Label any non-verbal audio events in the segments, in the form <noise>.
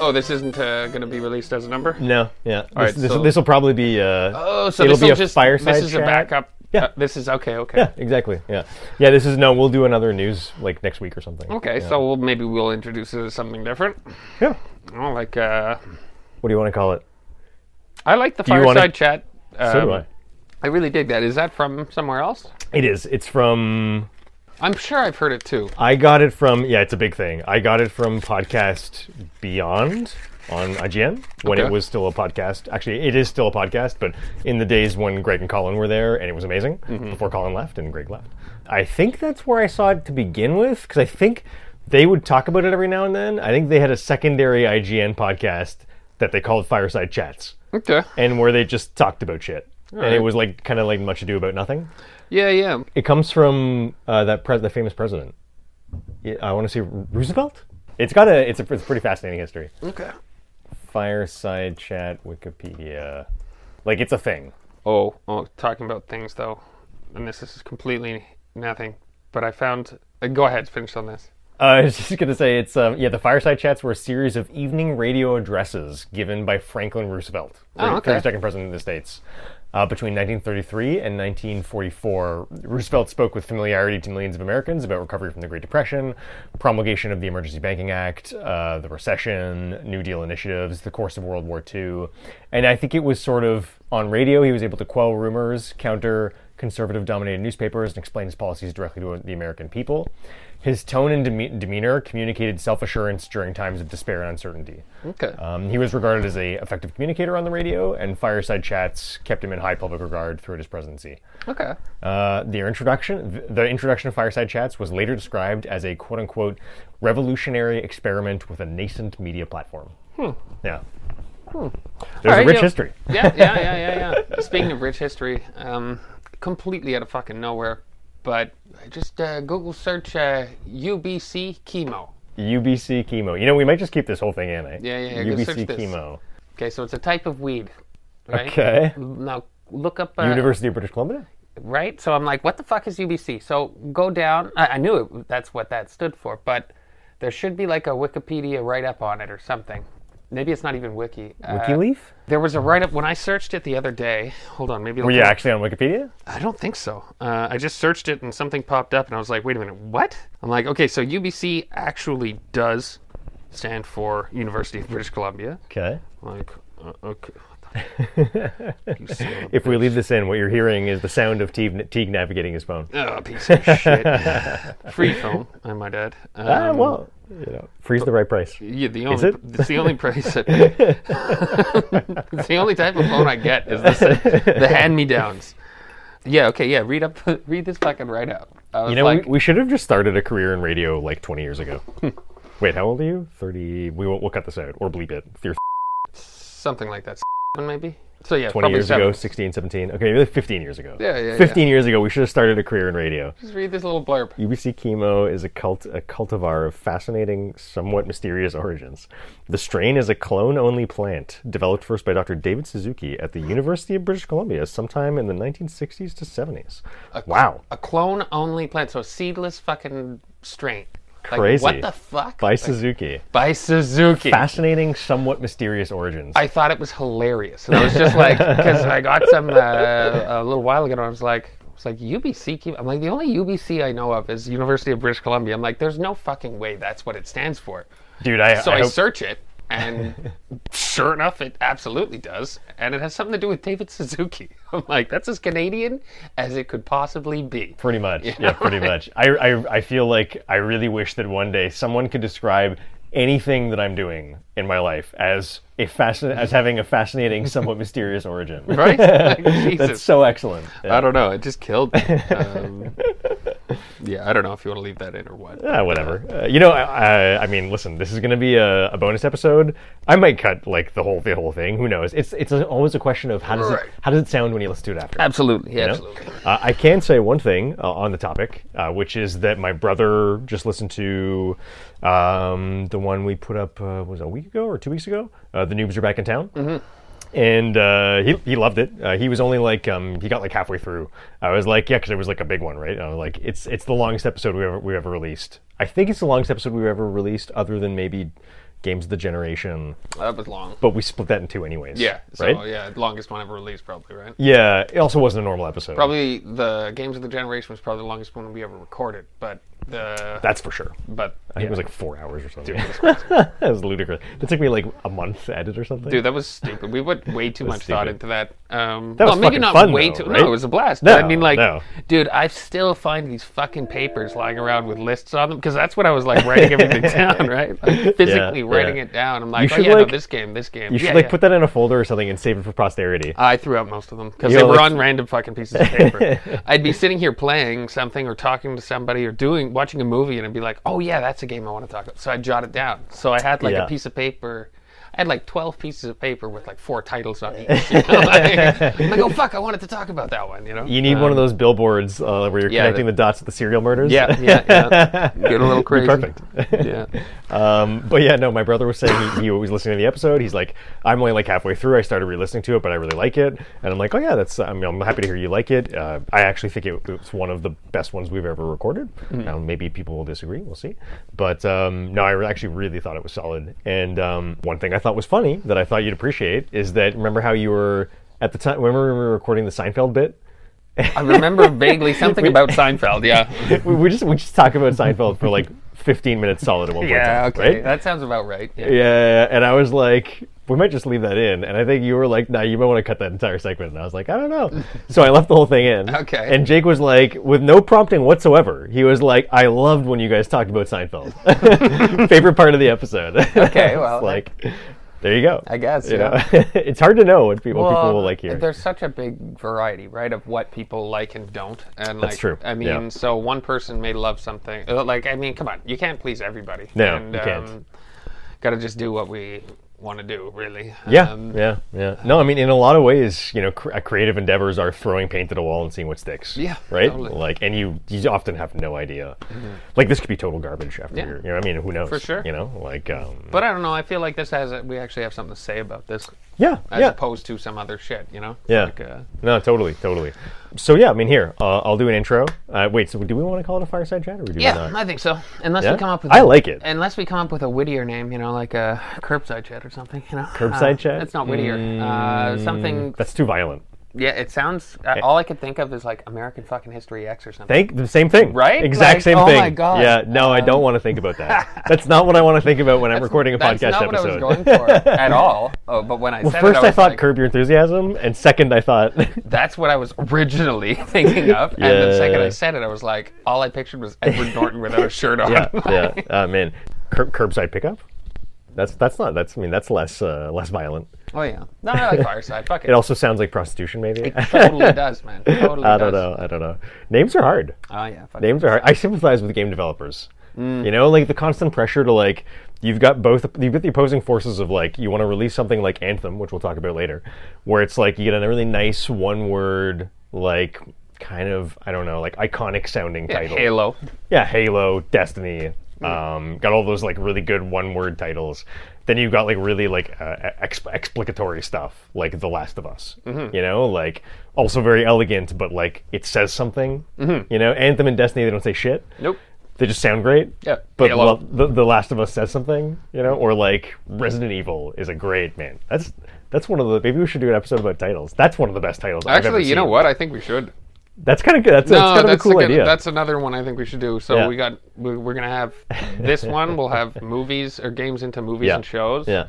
Oh, this isn't uh, going to be released as a number. No, yeah. This, right, this, so- will probably be. Uh, Oh, so it'll this'll be a just, fireside. This is chat. a backup. Yeah. Uh, this is okay. Okay. Yeah, exactly. Yeah, yeah. This is no. We'll do another news like next week or something. Okay, Yeah. so we'll, maybe we'll introduce it as something different. yeah. Oh, like uh, What do you want to call it? I like the you fireside wanna- chat. Um, So do I. I really dig that. Is that from somewhere else? It is. It's from. I'm sure I've heard it too. I got it from. Yeah, it's a big thing. I got it from podcast Beyond on IGN when Okay. it was still a podcast. Actually, it is still a podcast, but in the days when Greg and Colin were there, and it was amazing before Colin left and Greg left. I think that's where I saw it to begin with because I think they would talk about it every now and then. I think they had a secondary IGN podcast that they called Fireside Chats. Okay. and where they just talked about shit. And right. it was like kind of like much ado about nothing. Yeah, yeah. It comes from uh, that pres- the famous president. Yeah, I want to say Roosevelt. It's got a it's a it's a pretty fascinating history. Okay. Fireside chat Wikipedia, like it's a thing. Oh, oh, talking about things though, and this is completely nothing. But I found. Uh, go ahead, finish on this. Uh, <laughs> I was just gonna say it's um, yeah. The fireside chats were a series of evening radio addresses given by Franklin Roosevelt, Oh, okay. 32nd president of the states, uh, between 1933 and 1944. Roosevelt spoke with familiarity to millions of Americans about recovery from the Great Depression, promulgation of the Emergency Banking Act, uh, the recession, New Deal initiatives, the course of World War II, and I think it was sort of on radio he was able to quell rumors, counter conservative dominated newspapers and explained his policies directly to the American people. His tone and deme- demeanor communicated self assurance during times of despair and uncertainty. Okay. Um, he was regarded as a effective communicator on the radio, and fireside chats kept him in high public regard throughout his presidency. okay. Uh, their introduction, th- the introduction of fireside chats, was later described as a "quote unquote" revolutionary experiment with a nascent media platform. Hmm. Yeah. There's Hmm. All right, a rich yeah. history. yeah, yeah, yeah, yeah, yeah. Speaking of rich history, um, completely out of fucking nowhere, but just uh, Google search uh, UBC chemo. UBC chemo. You know, we might just keep this whole thing in. Eh? Yeah, yeah, yeah, go UBC search this. chemo. Okay, so it's a type of weed, right? Okay. Now look up. Uh, University of British Columbia. right? So I'm like, what the fuck is UBC? So go down. I, I knew it, that's what that stood for, but there should be like a Wikipedia write up on it or something. Maybe it's not even Wiki. Uh, WikiLeaf? there was a write up when I searched it the other day. Hold on, maybe. Were you actually on Wikipedia? I don't think so. Uh, I just searched it and something popped up, and I was like, wait a minute, what? I'm like, okay, so UBC actually does stand for University of British Columbia. Okay. Like, uh, okay. what the- you son of a If we leave this in, what you're hearing is the sound of Teague, Teague navigating his phone. Oh, piece <laughs> of shit. Free phone, I might add. Um, ah, well, you know, freeze the right price. yeah, the only it? it's the only price. I <laughs> pay. it's the only type of phone I get is this, the hand me downs. Yeah, okay, yeah. Read up, read this fucking right up. I was You know, like, we, we should have just started a career in radio like 20 years ago. Wait, how old are you? 30. We won't, we'll cut this out or bleep it. If you're something like that, <laughs> maybe. So yeah, 20 probably years seven. ago, 16, 17. Okay, maybe 15 years ago. Yeah, yeah, yeah. 15 years ago, we should have started a career in radio. Just read this little blurb. UBC chemo is a cult a cultivar of fascinating, somewhat mysterious origins. The strain is a clone-only plant developed first by Dr. David Suzuki at the University of British Columbia sometime in the 1960s to 70s. wow, A clone only plant, so a seedless fucking strain. Like, Crazy. What the fuck? by Suzuki. By Suzuki. Fascinating, somewhat mysterious origins. I thought it was hilarious, and I was just <laughs> like, because I got some uh, a little while ago, and I was like, it's like UBC. keep- I'm like, the only UBC I know of is University of British Columbia. I'm like, there's no fucking way that's what it stands for. Dude, I, So I I, hope- search it, and sure enough, it absolutely does, and it has something to do with David Suzuki. <laughs> I'm like, that's as Canadian as it could possibly be. Pretty much. <laughs> Yeah, pretty much. I, I, I feel like I really wish that one day someone could describe anything that I'm doing in my life as a fascin- as having a <laughs> fascinating, somewhat mysterious origin. <laughs> Right? Like, That's Jesus. so excellent. I don't know. It just killed me. <laughs> Um, yeah, I don't know if you want to leave that in or what. Ah, whatever. Uh, you know, I, I, I mean, listen, this is going to be a, a bonus episode. I might cut like the whole the whole thing. Who knows? It's it's always a question of how does Right. it how does it sound when you listen to it after. Absolutely. you know? Absolutely. Uh, I can say one thing uh, on the topic, uh, which is that my brother just listened to um, the one we put up uh, was it a week ago or two weeks ago. Uh, the noobs are back in town. Mm-hmm. And uh, he, he loved it. Uh, he was only like um, he got like halfway through. I was like, yeah, because it was like a big one, right? And I was like, it's it's the longest episode we ever we ever released. I think it's the longest episode we've ever released, other than maybe Games of the Generation, That was long. but we split that in two anyways. Yeah. So right? yeah, longest one ever released, probably right. Yeah, it also wasn't a normal episode. Probably the Games of the Generation was probably the longest one we ever recorded, but the That's for sure. but I think yeah. it was like four hours or something. <laughs> that was ludicrous. It took me like a month to edit or something. Dude, that was stupid. We put <laughs> way too much thought stupid. into that. Um, That well, was maybe fucking not fun, way too. though, right? No, it was a blast. but No, I mean, like, no. dude, I still find these fucking papers lying around with lists on them because that's what I was like writing <laughs> everything down, right? Like, physically yeah. writing it down. I'm like, oh should, yeah, like- no, this game, this game. you should yeah, like yeah. put that in a folder or something and save it for posterity. I threw out most of them because You they know, were like- on random fucking pieces of <laughs> paper. I'd be sitting here playing something or talking to somebody or doing watching a movie, and I'd be like, "Oh yeah, that's a game I want to talk about." So I would jot it down. So I had like Yeah. a piece of paper. I had like twelve pieces of paper with like four titles on each. <laughs> you know, <laughs> like, I'm like, "Oh fuck, I wanted to talk about that one." You know? You need one of those billboards uh, where you're Um, yeah, connecting the dots with the serial murders. Yeah, yeah, <laughs> yeah. Get a little crazy. perfect. Yeah. Um, but yeah, no, my brother was saying he, he was listening to the episode. He's like, I'm only like halfway through. I started re-listening to it, but I really like it. And I'm like, oh yeah, that's. I mean, I'm happy to hear you like it. Uh, I actually think it, it's one of the best ones we've ever recorded. Mm-hmm. Now maybe people will disagree. We'll see. But um, no, I re- actually really thought it was solid. And um, one thing I thought was funny that I thought you'd appreciate is that remember how you were at the time. Remember when we were recording the Seinfeld bit. <laughs> I remember vaguely something about Seinfeld. <laughs> Yeah. we, we just we just talk about Seinfeld for like 15 minutes solid at one point. in Yeah. time, Okay. right? That sounds about right. Yeah. Yeah, and I was like, we might just leave that in. And I think you were like, nah, you might want to cut that entire segment. And I was like, I don't know. <laughs> So I left the whole thing in. Okay. And Jake was like, with no prompting whatsoever, he was like, I loved when you guys talked about <laughs> Seinfeld. Favorite part of the episode. Okay, <laughs> It's well, like, there you go. I guess, You yeah. know? <laughs> it's hard to know what people, what people will like here. There's such a big variety, right, of what people like and don't. And like, true, I mean, yeah. so one person may love something. uh, Like, I mean, come on, you can't please everybody. No, you can't. Got to just do what we want to do, really. Yeah, Um, yeah, yeah. No, I mean, in a lot of ways, you know, cr- uh, creative endeavors are throwing paint at a wall and seeing what sticks. Yeah, right. totally. Mm-hmm. Like, and you you often have no idea. Like, this could be total garbage after. Yeah. Your, you know, I mean, who knows? For sure. You know, like, um, But I don't know. I feel like this has a, we actually have something to say about this, yeah, as yeah, opposed to some other shit. You know? yeah. Like, uh, no, totally, totally. So yeah, I mean, here uh, I'll do an intro. Uh, wait, so do we want to call it a fireside chat, or do we yeah, not? I think so. Unless Yeah? we come up with, I a- like it. Unless we come up with a wittier name, you know, like a curbside chat or something. You know, Curbside Uh, chat? It's not wittier. Uh, something That's too violent. Yeah, it sounds. Uh, all I could think of is like American fucking History X or something. Think the same thing, Right? Exact Like, same oh thing. my God. Um, Yeah, no, I don't want to think about that. That's not what I want to think about when I'm recording <laughs> a That's podcast not episode. what I was going <laughs> for at all. Oh, but when I said First, it, I, I, was thought like, curb your enthusiasm, and second, <laughs> I thought that's what I was originally <laughs> thinking of. And the second Yeah. I said it, I was like, all I pictured was Edward Norton without a shirt on. <laughs> yeah, yeah, uh, man, curb, curbside pickup. That's that's not that's I mean that's less uh, less violent. <laughs> Oh yeah. No, I like Fireside. Fuck it. It also sounds like prostitution, maybe. <laughs> <laughs> totally does, man. Totally I don't does. know. I don't know. Names are hard. Oh yeah. Fuck Names are hard. I sympathize with game developers. Mm. You know, like the constant pressure to like you've got both you've got the opposing forces of like you want to release something like Anthem, which we'll talk about later, where it's like you get a really nice one word like kind of I don't know like iconic sounding it. title. Halo. Yeah, Halo, Destiny, um, got all those like really good one-word titles. Then you've got like really like uh, exp- explicatory stuff, like The Last of Us. Mm-hmm. You know, like also very elegant, but like it says something. You know, Anthem and Destiny, they don't say shit. Mm-hmm. Nope. They just sound great. Yeah, But Halo. lo- the, the Last of Us says something. You know, or like Resident Evil is a great man. That's that's one of the maybe we should do an episode about titles. That's one of the best titles. I've ever Actually, you know seen. what? I think we should. That's kind of good. That's, that's kind of a cool good- idea. Oh, That's another one I think we should do. So Yeah. we got we, we're gonna have this <laughs> one. We'll have movies or games into movies Yeah. and shows. yeah.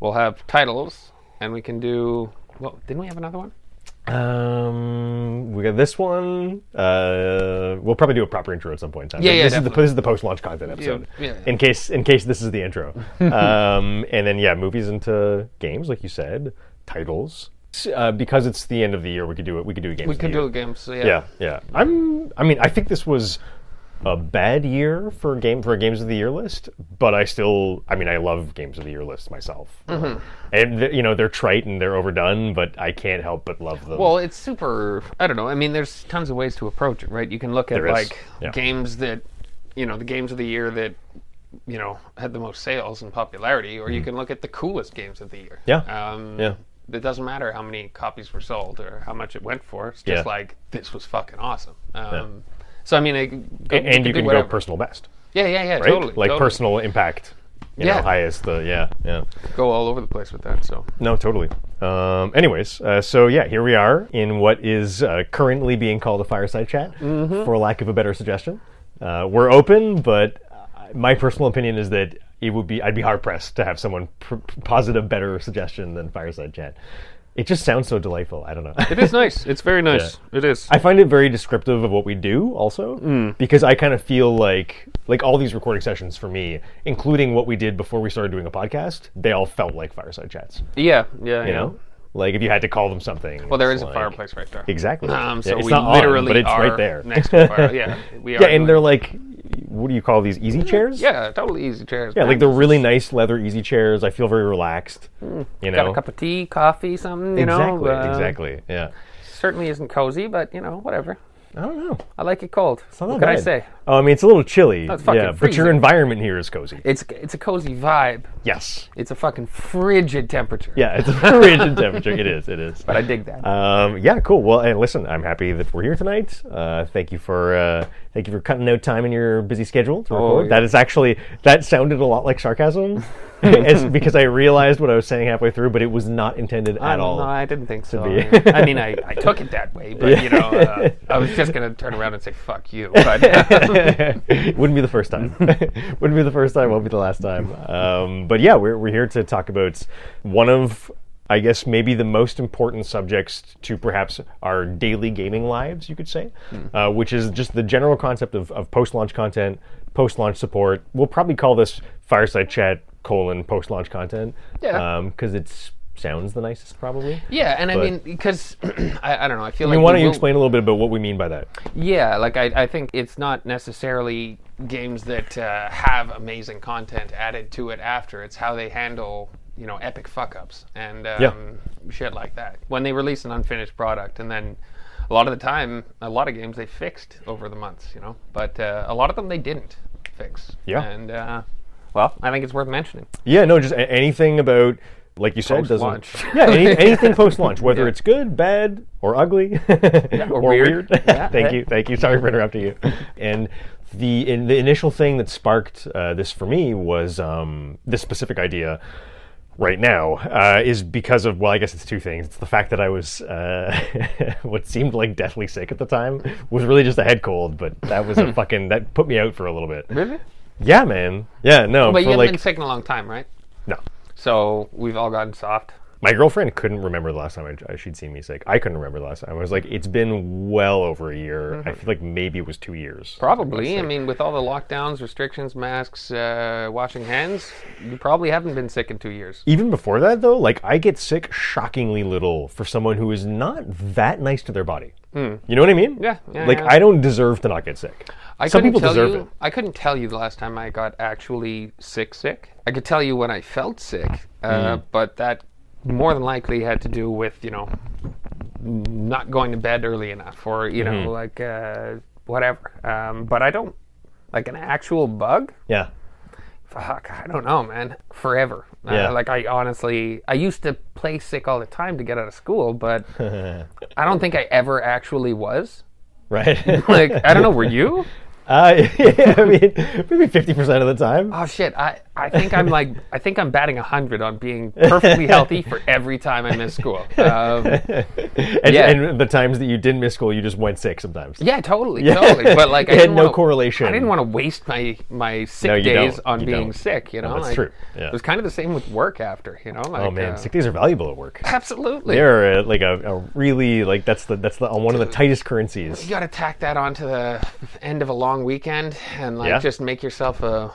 We'll have titles, and we can do. Well, didn't we have another one? Um, we got this one. Uh, we'll probably do a proper intro at some point in time. Yeah, yeah, this, is the, definitely. this is the post-launch content episode. yeah, yeah. In case, in case this is the intro. <laughs> um, and then yeah, movies into games, like you said, titles. S- Uh, because it's the end of the year, we could do it. We could do a game. We could do a game. So yeah. Yeah, yeah. I'm. I mean, I think this was a bad year for game for a games of the year list, but I still. I mean, I love games of the year lists myself, Mm-hmm. and th- you know they're trite and they're overdone, but I can't help but love them. Well, it's super. I don't know. I mean, there's tons of ways to approach it, right? You can look at There is, like yeah. games that, you know, the games of the year that, you know, had the most sales and popularity, or you can look at the coolest games of the year. Mm-hmm. Yeah. Um, Yeah. It doesn't matter how many copies were sold or how much it went for. It's just Yeah. like this was fucking awesome. Um, So I mean, I, go, and do you can go whatever. personal best, Yeah, yeah, yeah. right? Totally. like totally. personal impact. you Yeah. know, highest. The yeah, yeah. Go all over the place with that. So No, totally. Um, anyways, uh, so yeah, here we are in what is uh, currently being called a fireside chat, Mm-hmm. for lack of a better suggestion. Uh, we're open, but uh, my personal opinion is that it would be I'd be hard pressed to have someone pr- positive, better suggestion than fireside chat. It just sounds so delightful. I don't know. <laughs> it is nice. It's very nice. It is. I find it very descriptive of what we do also Mm. because I kind of feel like like all these recording sessions for me, including what we did before we started doing a podcast, they all felt like fireside chats. yeah, yeah, You know? Like if you had to call them something. Well, there is it's a like- fireplace right there. Exactly. Um, Yeah, so it's we not on, literally but it's are right there. <laughs> next to the fire. <laughs> Yeah, we are. yeah, and doing- they're like what do you call these easy chairs? yeah, totally easy chairs. Yeah, man. like they're <laughs> really nice leather easy chairs. I feel very relaxed. You know. Mm. got a cup of tea, coffee, something. You exactly. know, uh, exactly. Yeah. Certainly isn't cozy, but you know, whatever. I don't know. I like it cold. Not what that can I bad. say? Oh, I mean, it's a little chilly. it's fucking yeah, but your freezing. environment here is cozy. It's it's a cozy vibe. yes. It's a fucking frigid temperature. Yeah, it's a very rigid temperature. It is. It is. but I dig that. Um, yeah, cool. Well, and listen, I'm happy that we're here tonight. Uh, thank you for uh, thank you for cutting out time in your busy schedule to record. yeah. That is actually that sounded a lot like sarcasm, <laughs> it's because I realized what I was saying halfway through, but it was not intended at all. No, I didn't think so. be- I mean, I, <laughs> I took it that way, but you know, uh, I was just gonna turn around and say "fuck <laughs> you." But <laughs> Wouldn't be the first time. <laughs> Wouldn't be the first time. Won't be the last time. Um, but yeah, we're, we're here to talk about one of, I guess, maybe the most important subjects to perhaps our daily gaming lives, you could say, Hmm. uh, which is just the general concept of, of post launch content, post launch support. We'll probably call this fireside chat colon post launch content. Yeah. Because it's sounds the nicest, probably. yeah, and I But- mean, because <clears throat> I, I don't know, I feel I like mean, why we don't you will- explain a little bit about what we mean by that? Yeah, like I, I think it's not necessarily games that uh, have amazing content added to it after. It's how they handle you know epic fuck ups and um, Yeah. shit like that when they release an unfinished product and then. A lot of the time, a lot of games they fixed over the months, you know, but uh, a lot of them they didn't fix. Yeah. And uh, well, I think it's worth <laughs> mentioning. Yeah, no, just a- anything about like you said doesn't. Post-launch. <laughs> Yeah, any, <laughs> anything post launch, whether Yeah. it's good, bad, or ugly, <laughs> or weird. Yeah, yeah. thank you, thank you. Sorry for interrupting you. And the in, the initial thing that sparked uh, this for me was um, this specific idea. Right now uh, is because of well, I guess it's two things. It's the fact that I was uh, <laughs> what seemed like deathly sick at the time was really just a head cold, but that <laughs> was a fucking that put me out for a little bit. Really? Yeah, man. Yeah, no, But you for haven't like been sick in a long time, right? no. So we've all gotten soft. My girlfriend couldn't remember the last time I, I- she'd seen me sick. I couldn't remember the last time. I was like, it's been well over a year. Mm-hmm. I feel like maybe it was two years. Probably. I mean, with all the lockdowns, restrictions, masks, uh, washing hands, you probably haven't been sick in two years. Even before that, though, like I get sick shockingly little for someone who is not that nice to their body. You know what I mean? Hmm. Yeah, yeah, like yeah. I don't deserve to not get sick. I Some couldn't people tell deserve you, it. I couldn't tell you the last time I got actually sick. Sick. I could tell you when I felt sick, uh, Hmm. but that more than likely had to do with you know not going to bed early enough, or you Mm-hmm. know like uh, whatever. Um, but I don't like an actual bug. Yeah. fuck, I don't know, man. Forever. Uh, Yeah. like I honestly, I used to play sick all the time to get out of school, <laughs> but I don't think I ever actually was. Right. <laughs> Like I don't know, were you? uh, <laughs> yeah, I mean, maybe fifty percent of the time. Oh shit, I, I think I'm like I think I'm batting hundred on being perfectly healthy for every time I miss school. Um, And, yeah. and the times that you didn't miss school, you just went sick sometimes. yeah, totally, totally. But like I <laughs> It had didn't no wanna- correlation. I didn't want to waste my my sick No, you days don't. on You being don't. sick. You know, that's Like, true. Yeah. It was kind of the same with work after. You know, like Oh man, uh, sick days are valuable at work. absolutely. They're uh, like a, a really like that's the that's the on one of the tightest currencies. you got to tack that onto the end of a long weekend and like Yeah. just make yourself a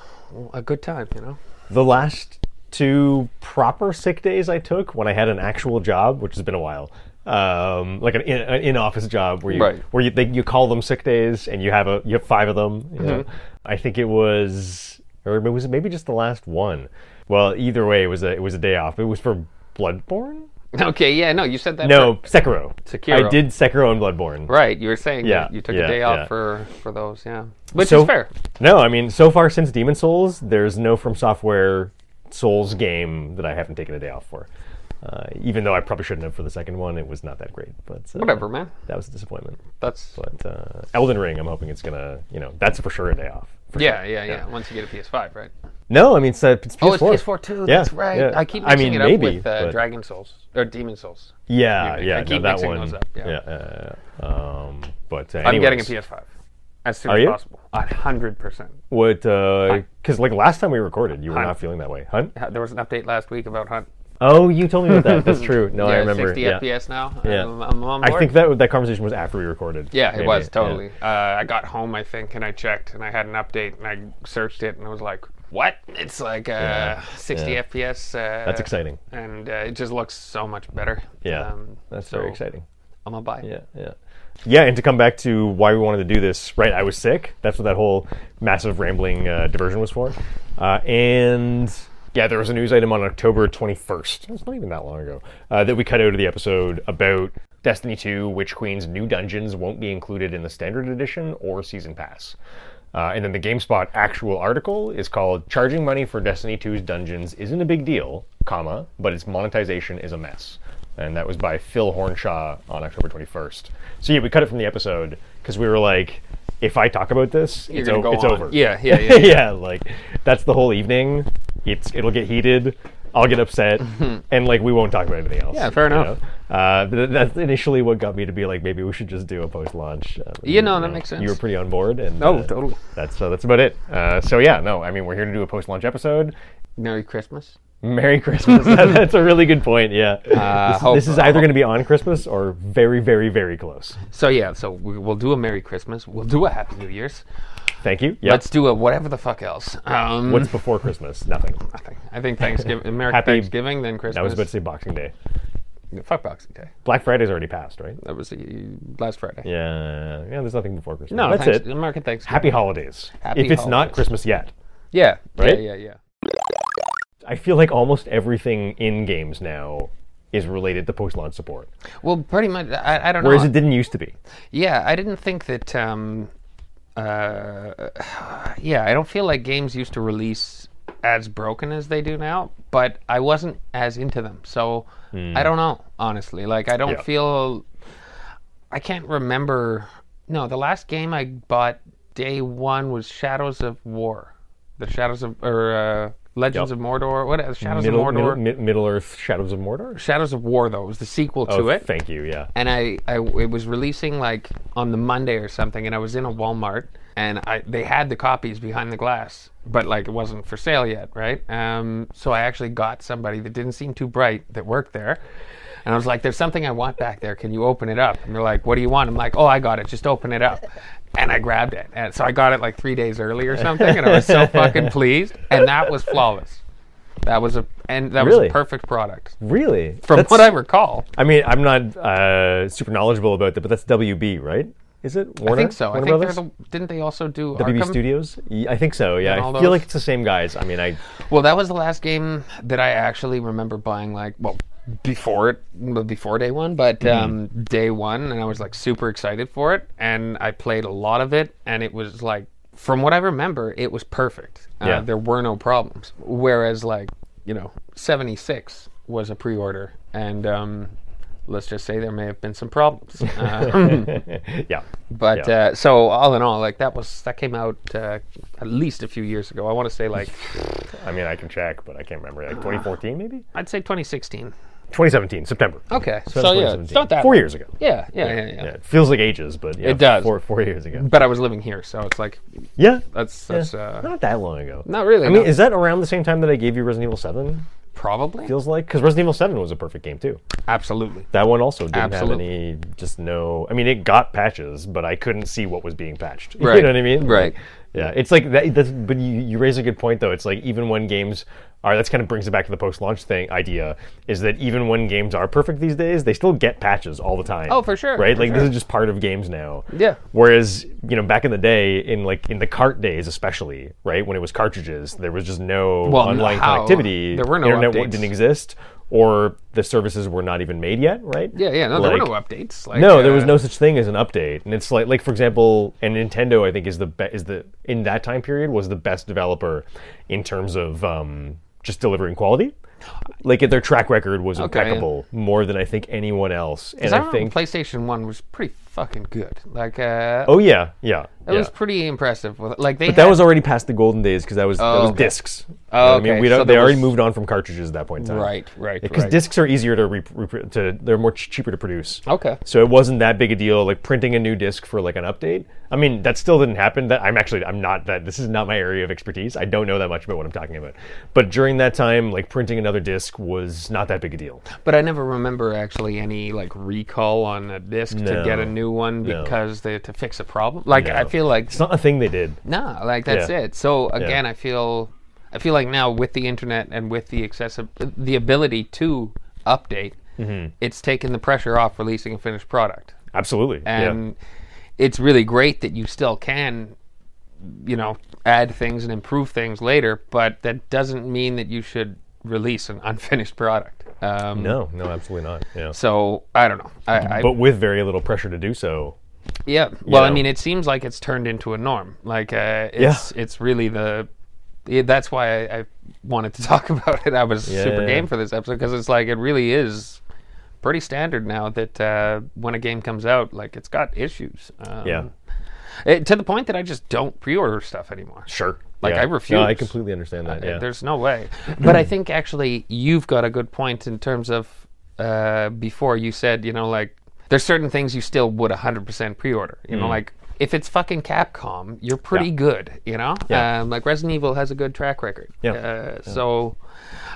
a good time, you know. <laughs> The last two proper sick days I took when I had an actual job, which has been a while, um, like an in, an in-office job where you Right. where you, they, you call them sick days and you have a you have five of them. You Mm-hmm. know? I think it was or was it maybe just the last one. Well, either way, it was a it was a day off. It was for Bloodborne. Okay, yeah, no, you said that. No, Sekiro. Sekiro. I did Sekiro and Bloodborne. for- right. You were saying Yeah, that you took yeah, a day off yeah. for for those, yeah, which So- is fair. No, I mean, so far since Demon Souls, there's no From Software Souls game that I haven't taken a day off for. Uh, even though I probably shouldn't have for the second one, it was not that great. But uh, Whatever, man. that was a disappointment. That's But uh, Elden Ring, I'm hoping it's gonna, you know, that's for sure a day off. For yeah, sure. yeah, yeah. Once you get a PS5, right? No, I mean it's, uh, it's PS4. Oh, it's PS4 too. Yeah, That's right. yeah. I keep I mixing mean, it up maybe, with uh, but- Dragon Souls or Demon Souls. Yeah, I yeah, no, keep that mixing one. those up, yeah. yeah, yeah, yeah. Um, but uh, I'm getting a anyways, PS5 as soon Are as you? possible. A hundred percent. What? Because like last time we recorded, you were not feeling that way, huh? There was an update last week about Hunt. Oh, you told me about that. <laughs> That's true. No, I Yeah, remember. 60 yeah. FPS now. Yeah. I'm, I'm on board. I think that that conversation was after we recorded. Yeah, maybe. it was totally. Uh, I got home, I think, and I checked, and I had an update, and I searched it, and I was like, "What? It's like uh, 60 yeah. FPS." Uh, That's exciting. and uh, it just looks so much better. Yeah, that's Um, so very exciting. I'm gonna buy. it. Yeah, yeah. Yeah, and to come back to why we wanted to do this, right? I was sick. That's what that whole massive rambling uh, diversion was for. Uh, and yeah, there was a news item on October 21st. It's not even that long ago uh, that we cut out of the episode about Destiny 2, Witch Queen's new dungeons won't be included in the standard edition or season pass. Uh, and then the GameSpot actual article is called "Charging Money for Destiny 2's Dungeons Isn't a Big Deal, comma, but its monetization is a mess." and that was by Phil Hornshaw on October 21st. So yeah, we cut it from the episode because we were like, if I talk about this, You're it's, gonna o- go it's on. over. Yeah, yeah, yeah. <laughs> yeah. like that's the whole evening. It's it'll get heated. I'll <laughs> get upset, and like we won't talk about anything else. Yeah, fair you enough. know? Uh, but th- that's initially what got me to be like, maybe we should just do a post-launch. Uh, Yeah, no, that makes sense. You were pretty on board, and Oh, uh, totally. That's uh, that's about it. Uh, so yeah, no, I mean we're here to do a post-launch episode. Merry Christmas. Merry Christmas. <laughs> That- that's a really good point. Yeah. this, Uh, hope- this is either going to be on Christmas or very, very, very close. So yeah, so we, we'll do a Merry Christmas. We'll do a Happy New Year's. Thank you. Yeah. Let's do a whatever the fuck else. Um, What's before Christmas? Nothing. I think, I think <laughs> Thanksgiving, American Happy- Thanksgiving, then Christmas. I was about to say Boxing Day. fuck Boxing Day. Black Friday's already passed, right? That was uh, last Friday. Yeah. Yeah. There's nothing before Christmas. No, that's thanks, it. American Thanksgiving. Happy holidays. Happy if it's not holidays. Christmas yet, Yeah. Right? Yeah, yeah, yeah. I feel like almost everything in games now is related to post-launch support, Well, pretty much. I, I don't whereas know. it didn't used to be. Yeah, I didn't think that. Um, uh, <sighs> yeah, I don't feel like games used to release as broken as they do now, but I wasn't as into them. So I don't know, honestly. Like, I don't Hmm. Yeah. feel. I can't remember. No, the last game I bought day one was Shadows of War. The Shadows of. Or uh, Legends of Mordor. What? Shadows Middle, of Mordor. Middle, Mid- Middle Earth: Shadows of Mordor. Shadows of War, though, was the sequel to Oh, it Thank you. Yeah. and I, I it was releasing like on the Monday or something, and I was in a Walmart, and I they had the copies behind the glass, but like it wasn't for sale yet, right? Um, so I actually got somebody that didn't seem too bright that worked there, and I was like, "There's something I want back there. Can you open it up?" And they're like, "What do you want?" I'm like, "Oh, I got it. Just open it up." And I grabbed it, and so I got it like three days early or something, and I was <laughs> so fucking pleased, and that was flawless. That was a and that was Really? a perfect product Really? from That's- what I recall. I mean, I'm not uh, super knowledgeable about that, but that's WB, right? Is it I Warner? think so. Warner I think Brothers? they're the, didn't they also do WB Arkham? Studios. Y- I think so. Yeah, And I all feel those? like it's the same guys. I mean, I <laughs> Well, that was the last game that I actually remember buying. Like, well, before it, well, before day one, but Mm-hmm. um, day one, and I was like super excited for it, and I played a lot of it, and it was like, from what I remember, it was perfect. Uh, Yeah. there were no problems. Whereas, like, you know, seventy six was a pre order, and um, let's just say there may have been some <laughs> problems. Um, yeah. But Yeah. uh, so all in all, like that was that came out uh, at least a few years ago. I want to say <laughs> like I mean, I can check, but I can't remember. Like 2014, maybe I'd say 2016. 2017, September. Okay, so, September yeah, 2017. it's not that four long. years ago. Yeah, yeah, yeah, yeah. Yeah, it feels like ages, but yeah, It does. Four, four years ago. But I was living here, so it's like Yeah, that's yeah. that's uh, not that long ago. not really. I mean, no. is that around the same time that I gave you Resident Evil 7? probably Feels like because Resident Evil 7 was a perfect game too. absolutely. That one also didn't Absolutely. have any, just no. I mean, it got patches, but I couldn't see what was being patched. <laughs> Right. You know what I mean? Right. Like, yeah. It's like that. That's, but you, you raise a good point though. It's like even when games are. That's kind of brings it back to the post-launch thing idea. Is that even when games are perfect these days, they still get patches all the time. Oh, for sure, Right. for like sure. this is just part of games now. Yeah. Whereas you know back in the day, in like in the cart days especially, right when it was cartridges, there was just no Well, online how? connectivity. There were no Internet updates. didn't exist. Or the services were not even made yet, right? Yeah, yeah. No, there Like- were no updates. Like, no, there was uh, no such thing as an update, and it's like, like for example, and Nintendo, I think is the be- is the in that time period was the best developer in terms of um, just delivering quality. Like their track record was yeah. impeccable, more than I think anyone else. And Because I I remember think, PlayStation One was pretty fucking good. Like, uh, oh yeah, yeah, It was pretty impressive. with- Like they That had- was already past the golden days because that was that was okay. discs. You Oh, know what I mean, okay. we don't, So they there already was- moved on from cartridges at that point in time. Right, right, Because right. discs are easier to, re- re- to they're more ch- cheaper to produce. Okay. So it wasn't that big a deal, like printing a new disc for like an update. I mean, that still didn't happen. That I'm actually I'm not that this is not my area of expertise. I don't know that much about what I'm talking about. But during that time, like printing another disc was not that big a deal. But I never remember actually any like recall on a disc to get No. a new one No. because they to fix a problem. Like I feel like It's not a thing they did. nah, like that's Yeah. it. So again, I feel I feel like now with the internet and with the accessi- the ability to update, Mm-hmm. it's taken the pressure off releasing a finished product. Absolutely. Yeah. and it's really great that you still can you know add things and improve things later but that doesn't mean that you should release an <laughs> unfinished product um, No, no, absolutely not. Yeah. so i don't know I, I, But with very little pressure to do so. yeah well i know. mean it seems like it's turned into a norm like uh, it's it's really the yeah, that's why I, I wanted to <laughs> talk about it i was super Yeah. game for this episode because it's like it really is pretty standard now that uh, when a game comes out like it's got issues um, Yeah. It, to the point that I just don't pre-order stuff anymore. Sure. Like, Yeah. I refuse. No, I completely understand that. Uh, Yeah. There's no <clears throat> way. But I think actually you've got a good point in terms of uh, before you said you know like there's certain things you still would 100% pre-order. You know Mm. like if it's fucking Capcom, you're pretty good. You know Yeah. um, like Resident Evil has a good track record. Yeah. Uh, So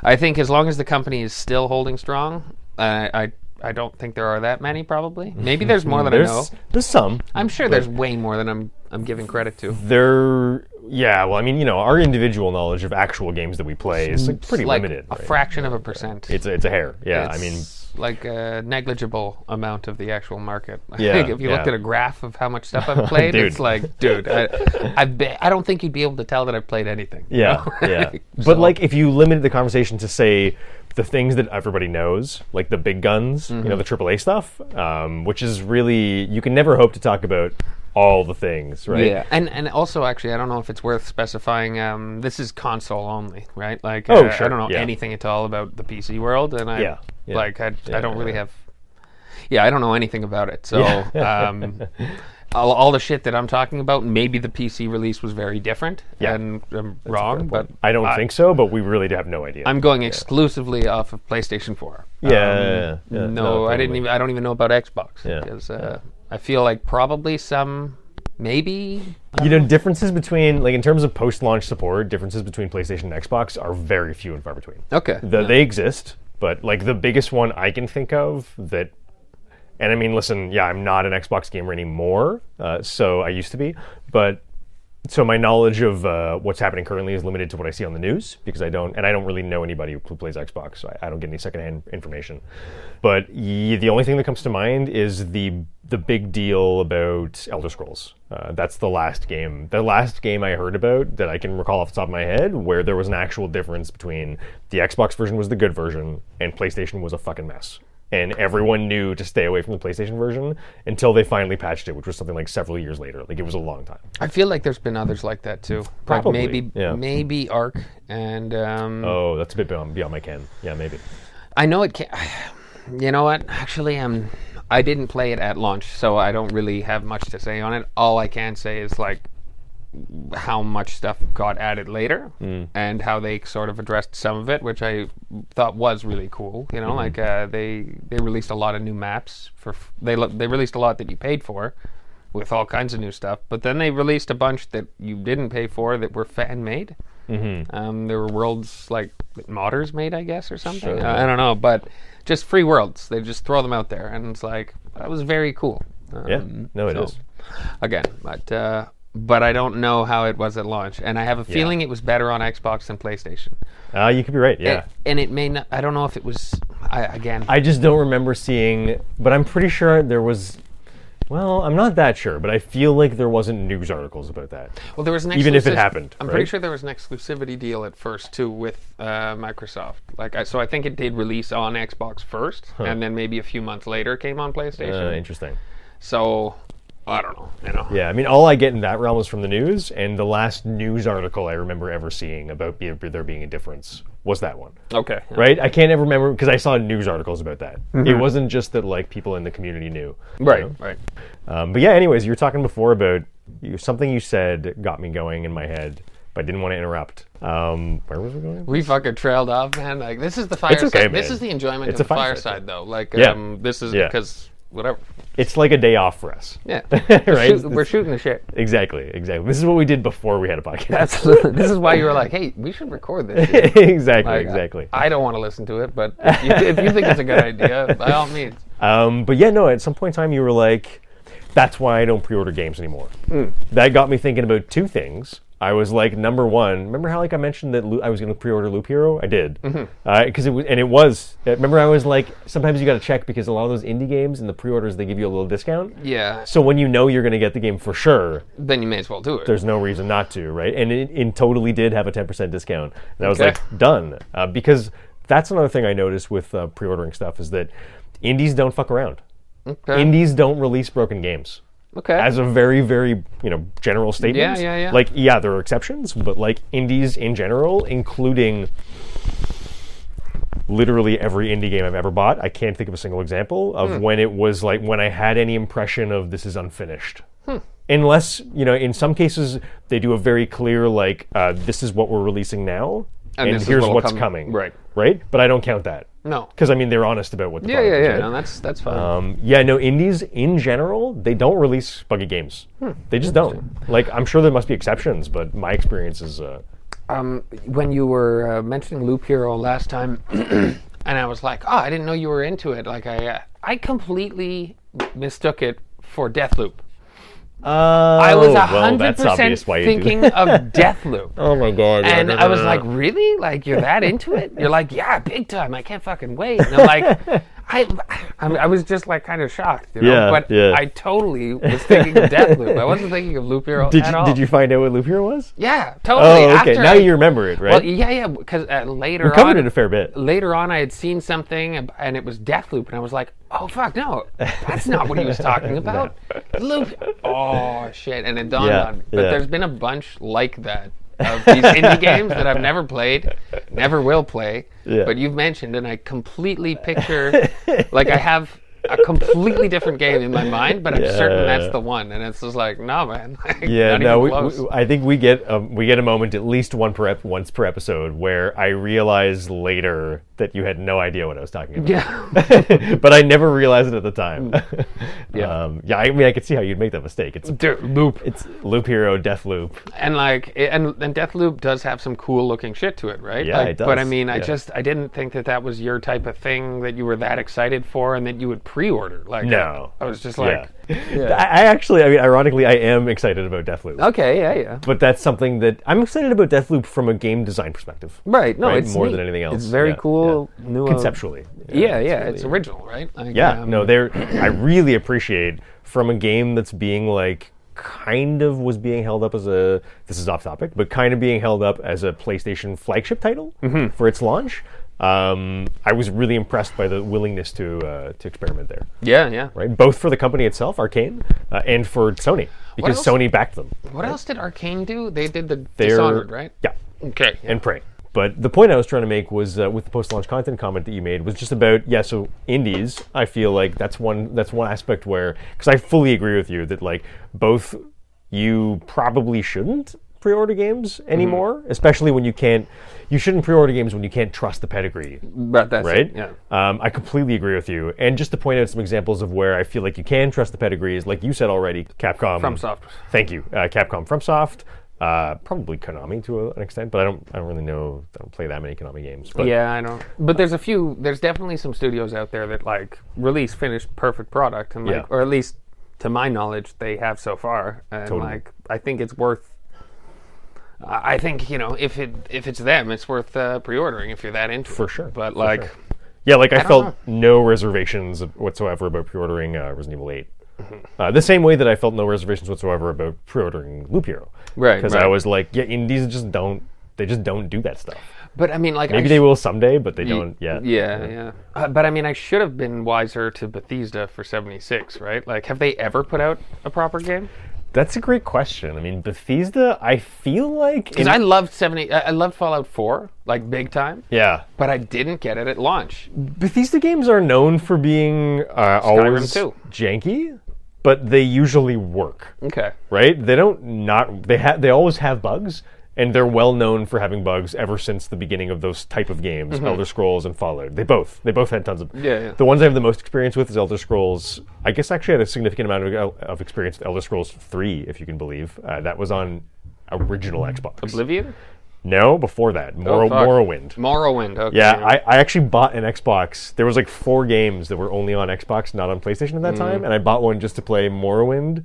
I think as long as the company is still holding strong, uh, I I don't think there are that many <laughs> probably. Maybe there's more than There's I know. there's some. I'm sure there's way more than I'm I'm giving credit to. There yeah, well I mean, you know, our individual knowledge of actual games that we play is like pretty like limited. A right? fraction of a percent. it's it's a hair. Yeah. I mean It's like a negligible amount of the actual market. <laughs> I Yeah, think if you looked yeah. at a graph of how much <laughs> stuff I've played, Dude. it's like, dude, I, I, be, I don't think you'd be able to tell that I've played anything. you <laughs> <laughs> Yeah, know? yeah. But So- like, if you limited the conversation to say the things that everybody knows, like the big guns, you Mm-hmm. know, the AAA stuff, um, which is really you can never hope to talk about all the things, right? Yeah, and and also actually, I don't know if it's worth specifying. Um, this is console only, right? Like, Oh, uh, sure, I don't know yeah. anything at all about the PC world, and I Yeah, yeah, like I, yeah, I don't really yeah. have. Yeah, I don't know anything about it. So, <laughs> um, all, all the shit that I'm talking about, maybe the PC release was very different, Yeah. and I'm wrong, but I don't think so, but we really do have no idea. I'm going exclusively off of PlayStation 4. yeah, yeah, yeah, yeah. no, I didn't totally. even. I don't even know about Xbox Yeah, because uh, I feel like probably some, maybe You know, differences between like in terms of post-launch support, differences between PlayStation and Xbox are very few and far between. okay. The, They exist, but like the biggest one I can think of that, and I mean, listen, yeah, I'm not an Xbox gamer anymore, uh, so I used to be, but so my knowledge of uh, what's happening currently is limited to what I see on the news because I don't, and I don't really know anybody who plays Xbox, so I, I don't get any secondhand information. But y- the only thing that comes to mind is the the big deal about Elder Scrolls. Uh, that's the last game, the last game I heard about that I can recall off the top of my head, where there was an actual difference between the Xbox version was the good version and PlayStation was a fucking mess. And everyone knew to stay away from the PlayStation version until they finally patched it, which was something like several years later. Like it was a long time. I feel like there's been others like that too. Like Probably, maybe yeah. maybe Arc, and um, Oh, that's a bit beyond, beyond my ken. Yeah, maybe. I know it can. <sighs> You know what? Actually, um, I didn't play it at launch, so I don't really have much to say on it. All I can say is like how much stuff got added later and how they sort of addressed some of it, which I thought was really cool. You know, like uh, they they released a lot of new maps for f- they lo- they released a lot that you paid for with all kinds of new stuff, but then they released a bunch that you didn't pay for that were fan made. Mm-hmm. Um, there were worlds like that modders made, I guess, or something. Uh, Sure. I I don't know, but just free worlds. They just throw them out there, and it's like that was very cool. Um, Yeah. No, it so, is. Again, but uh, but I don't know how it was at launch, and I have a feeling it was better on Xbox than PlayStation. Uh, you could be right. Yeah. It- and it may not. I don't know if it was. I, again, I just don't remember seeing, but I'm pretty sure there was. Well, I'm not that sure, but I feel like there wasn't news articles about that. well, there was an even if it exclusiv- happened, I'm pretty right? sure there was an exclusivity deal at first too with uh, Microsoft. Like, I, so I think it did release on Xbox first, and then maybe a few months later came on Uh, PlayStation. interesting. so I don't know. You know. Yeah, I mean, all I get in that realm is from the news, and the last news article I remember ever seeing about be- there being a difference was that one. Okay. Right? I can't ever remember because I saw news articles about that. It wasn't just that like people in the community knew. you Mm-hmm. Right. know? Right. Um, but yeah, anyways, you were talking before about you, something you said got me going in my head, but I didn't want to interrupt. Um, where was we going? We fucking trailed off, man. Like this is the fireside. okay, this man. is the enjoyment It's of a the fireside. fireside, though. Like Yeah. um, this is Yeah. because whatever. It's like a day off for us. Yeah, <laughs> Right? Shoot- we're shooting the shit. <laughs> Exactly, exactly. This is what we did before we had a podcast. Absolutely. this is why you were like, "Hey, we should record this." <laughs> shit." exactly, Like, exactly. I, I don't want to listen to it, but if you, if you think it's a good <laughs> idea, by all means. Um, but yeah, no, at some point in time, you were like, that's why I don't pre order games anymore. That got me thinking about two things. I was like, number one, remember how like I mentioned that Lu- I was going to pre-order Loop Hero? I did, because it was, and it was. uh, Remember, I was like, sometimes you got to check because a lot of those indie games and the pre-orders they give you a little discount. Yeah, So when you know you're going to get the game for sure, then you may as well do it. there's no reason not to, right? And it, it totally did have a 10% discount. And I was Okay. like, done. Uh, because that's another thing I noticed with uh, pre ordering stuff is that indies don't fuck around. Okay. Indies don't release broken games. okay. <laughs> As a very, very, you know, general statement. yeah, yeah. Like, yeah, there are exceptions, but like indies in general, including literally every indie game I've ever bought, I can't think of a single example Hmm. of when it was like when I had any impression of this is unfinished. Hmm. Unless, you know, in some cases they do a very clear like uh, this is what we're releasing now And and, this is here's what'll what's come- coming. right. Right? But I don't count that. <laughs> no. Because I mean they're honest about what the Yeah, product yeah, is, yeah. right? No, that's that's fine. Um, yeah, no, indies in general, they don't release buggy games. They just don't. Like, I'm sure there must be exceptions, but my experience is, uh, um, when you were uh, mentioning Loop Hero last time, <clears throat> and I was like, "Oh, I didn't know you were into it." Like I, uh, I completely mistook it for Deathloop. Uh, I was hundred percent thinking of Deathloop. <laughs> Oh my god! And I was like, really? Like you're that into it? You're like, yeah, big time. I can't fucking wait. And I'm <laughs> like, I, I'm, I was just like kind of shocked, you know. Yeah, but yeah. I totally was thinking of Deathloop. I wasn't thinking of Loop Hero did at you all. did you find out what Loop Hero was? Yeah, totally. Oh, okay. After Now I- you remember it, right? Well, yeah, yeah. Because uh, later covered on, it a fair bit. later on, I had seen something ab- and it was Deathloop, and I was like, oh, fuck, no, that's not what he was <laughs> talking about. Loop, oh, shit. And it dawned Yeah, on me. But yeah. there's been a bunch like that of these indie games that I've never played, never will play, Yeah. but you've mentioned, and I completely picture, like, I have. A completely different game in my mind, but I'm certain Yeah. that's the one. And it's just like, nah, man. <laughs> Like, Yeah, not no, even we, close. we, I think we get um, we get a moment at least one per ep- once per episode where I realize later that you had no idea what I was talking about. yeah. <laughs> <laughs> Mm. but I never realized it at the time. <laughs> Yeah. um, yeah. I mean, I could see how you'd make that mistake. It's Dude, Loop. it's Loop Hero, Death Loop. and like it- and and Deathloop does have some cool looking shit to it, right? Yeah, like, it But does, I mean, I yeah. just I didn't think that that was your type of thing that you were that excited for and that you would pre-order. Like No. I, I was just like, yeah. I, I actually, I mean, ironically, I am excited about Deathloop. okay, yeah, yeah, But that's something that I'm excited about Deathloop from a game design perspective. right. No, Right, it's more neat. than anything else. It's very Yeah, cool, yeah. new uh, Conceptually. Yeah, yeah, it's, really- original, right? Like, Yeah, um, <clears throat> no, they're. I really appreciate from a game that's being like kind of was being held up as a this is off topic, but kind of being held up as a PlayStation flagship title Mm-hmm. for its launch. Um, I was really impressed by the willingness to uh, to experiment there, yeah, yeah. right? Both for the company itself, Arcane, uh, and for Sony because else- Sony backed them. What else did Arcane do? They did the They're- Dishonored, right? Yeah, Okay. and pray. But the point I was trying to make was uh, with the post-launch content comment that you made was just about yeah. So indies, I feel like that's one that's one aspect where because I fully agree with you that like both you probably shouldn't pre-order games Mm-hmm. anymore, especially when you can't. You shouldn't pre-order games when you can't trust the pedigree But that's it, right? Yeah. Um, I completely agree with you. And just to point out some examples of where I feel like you can trust the pedigrees, like you said already, Capcom. FromSoft. Thank you, uh, Capcom. FromSoft. Uh, probably Konami to a- an extent, but I don't. I don't really know. I don't play that many Konami games. But Yeah, I know. But there's a few. There's definitely some studios out there that like release finished perfect product, and like, Yeah. or at least to my knowledge, they have so far. And like, I think it's worth. I I think you know if it if it's them, it's worth uh, pre-ordering if you're that into it. for sure. But for like, sure. yeah, like I, felt no reservations whatsoever about pre-ordering uh, Resident Evil 8. Mm-hmm. Uh, the same way that I felt no reservations whatsoever about pre-ordering Loop Hero. Right, Because right. I was like, yeah, indies just don't. They just don't do that stuff. but I mean, like, I Maybe sh- they will someday, but they don't yet. Yeah, yeah. Uh, but I mean, I should have been wiser to Bethesda for '76, right? Like, have they ever put out a proper game? That's a great question. I mean, Bethesda, I feel like. in- Because I loved '70, I I loved Fallout 4, like big time. yeah. But I didn't get it at launch. Bethesda games are known for being uh, always too. janky. but they usually work Okay. right? They don't not they have they always have bugs, and they're well known for having bugs ever since the beginning of those type of games, Elder Scrolls and Fallout. They both they both had tons of Mm-hmm. Yeah, yeah. The ones I have the most experience with is Elder Scrolls. I guess I actually had a significant amount of, el- of experience with Elder Scrolls Three, if you can believe. Uh, that was on original Xbox. Oblivion? no, before that, Morrow, Oh, fuck. Morrowind. Morrowind. Okay. Yeah, I, I actually bought an Xbox. There was like four games that were only on Xbox, not on PlayStation at Mm-hmm. that time, and I bought one just to play Morrowind,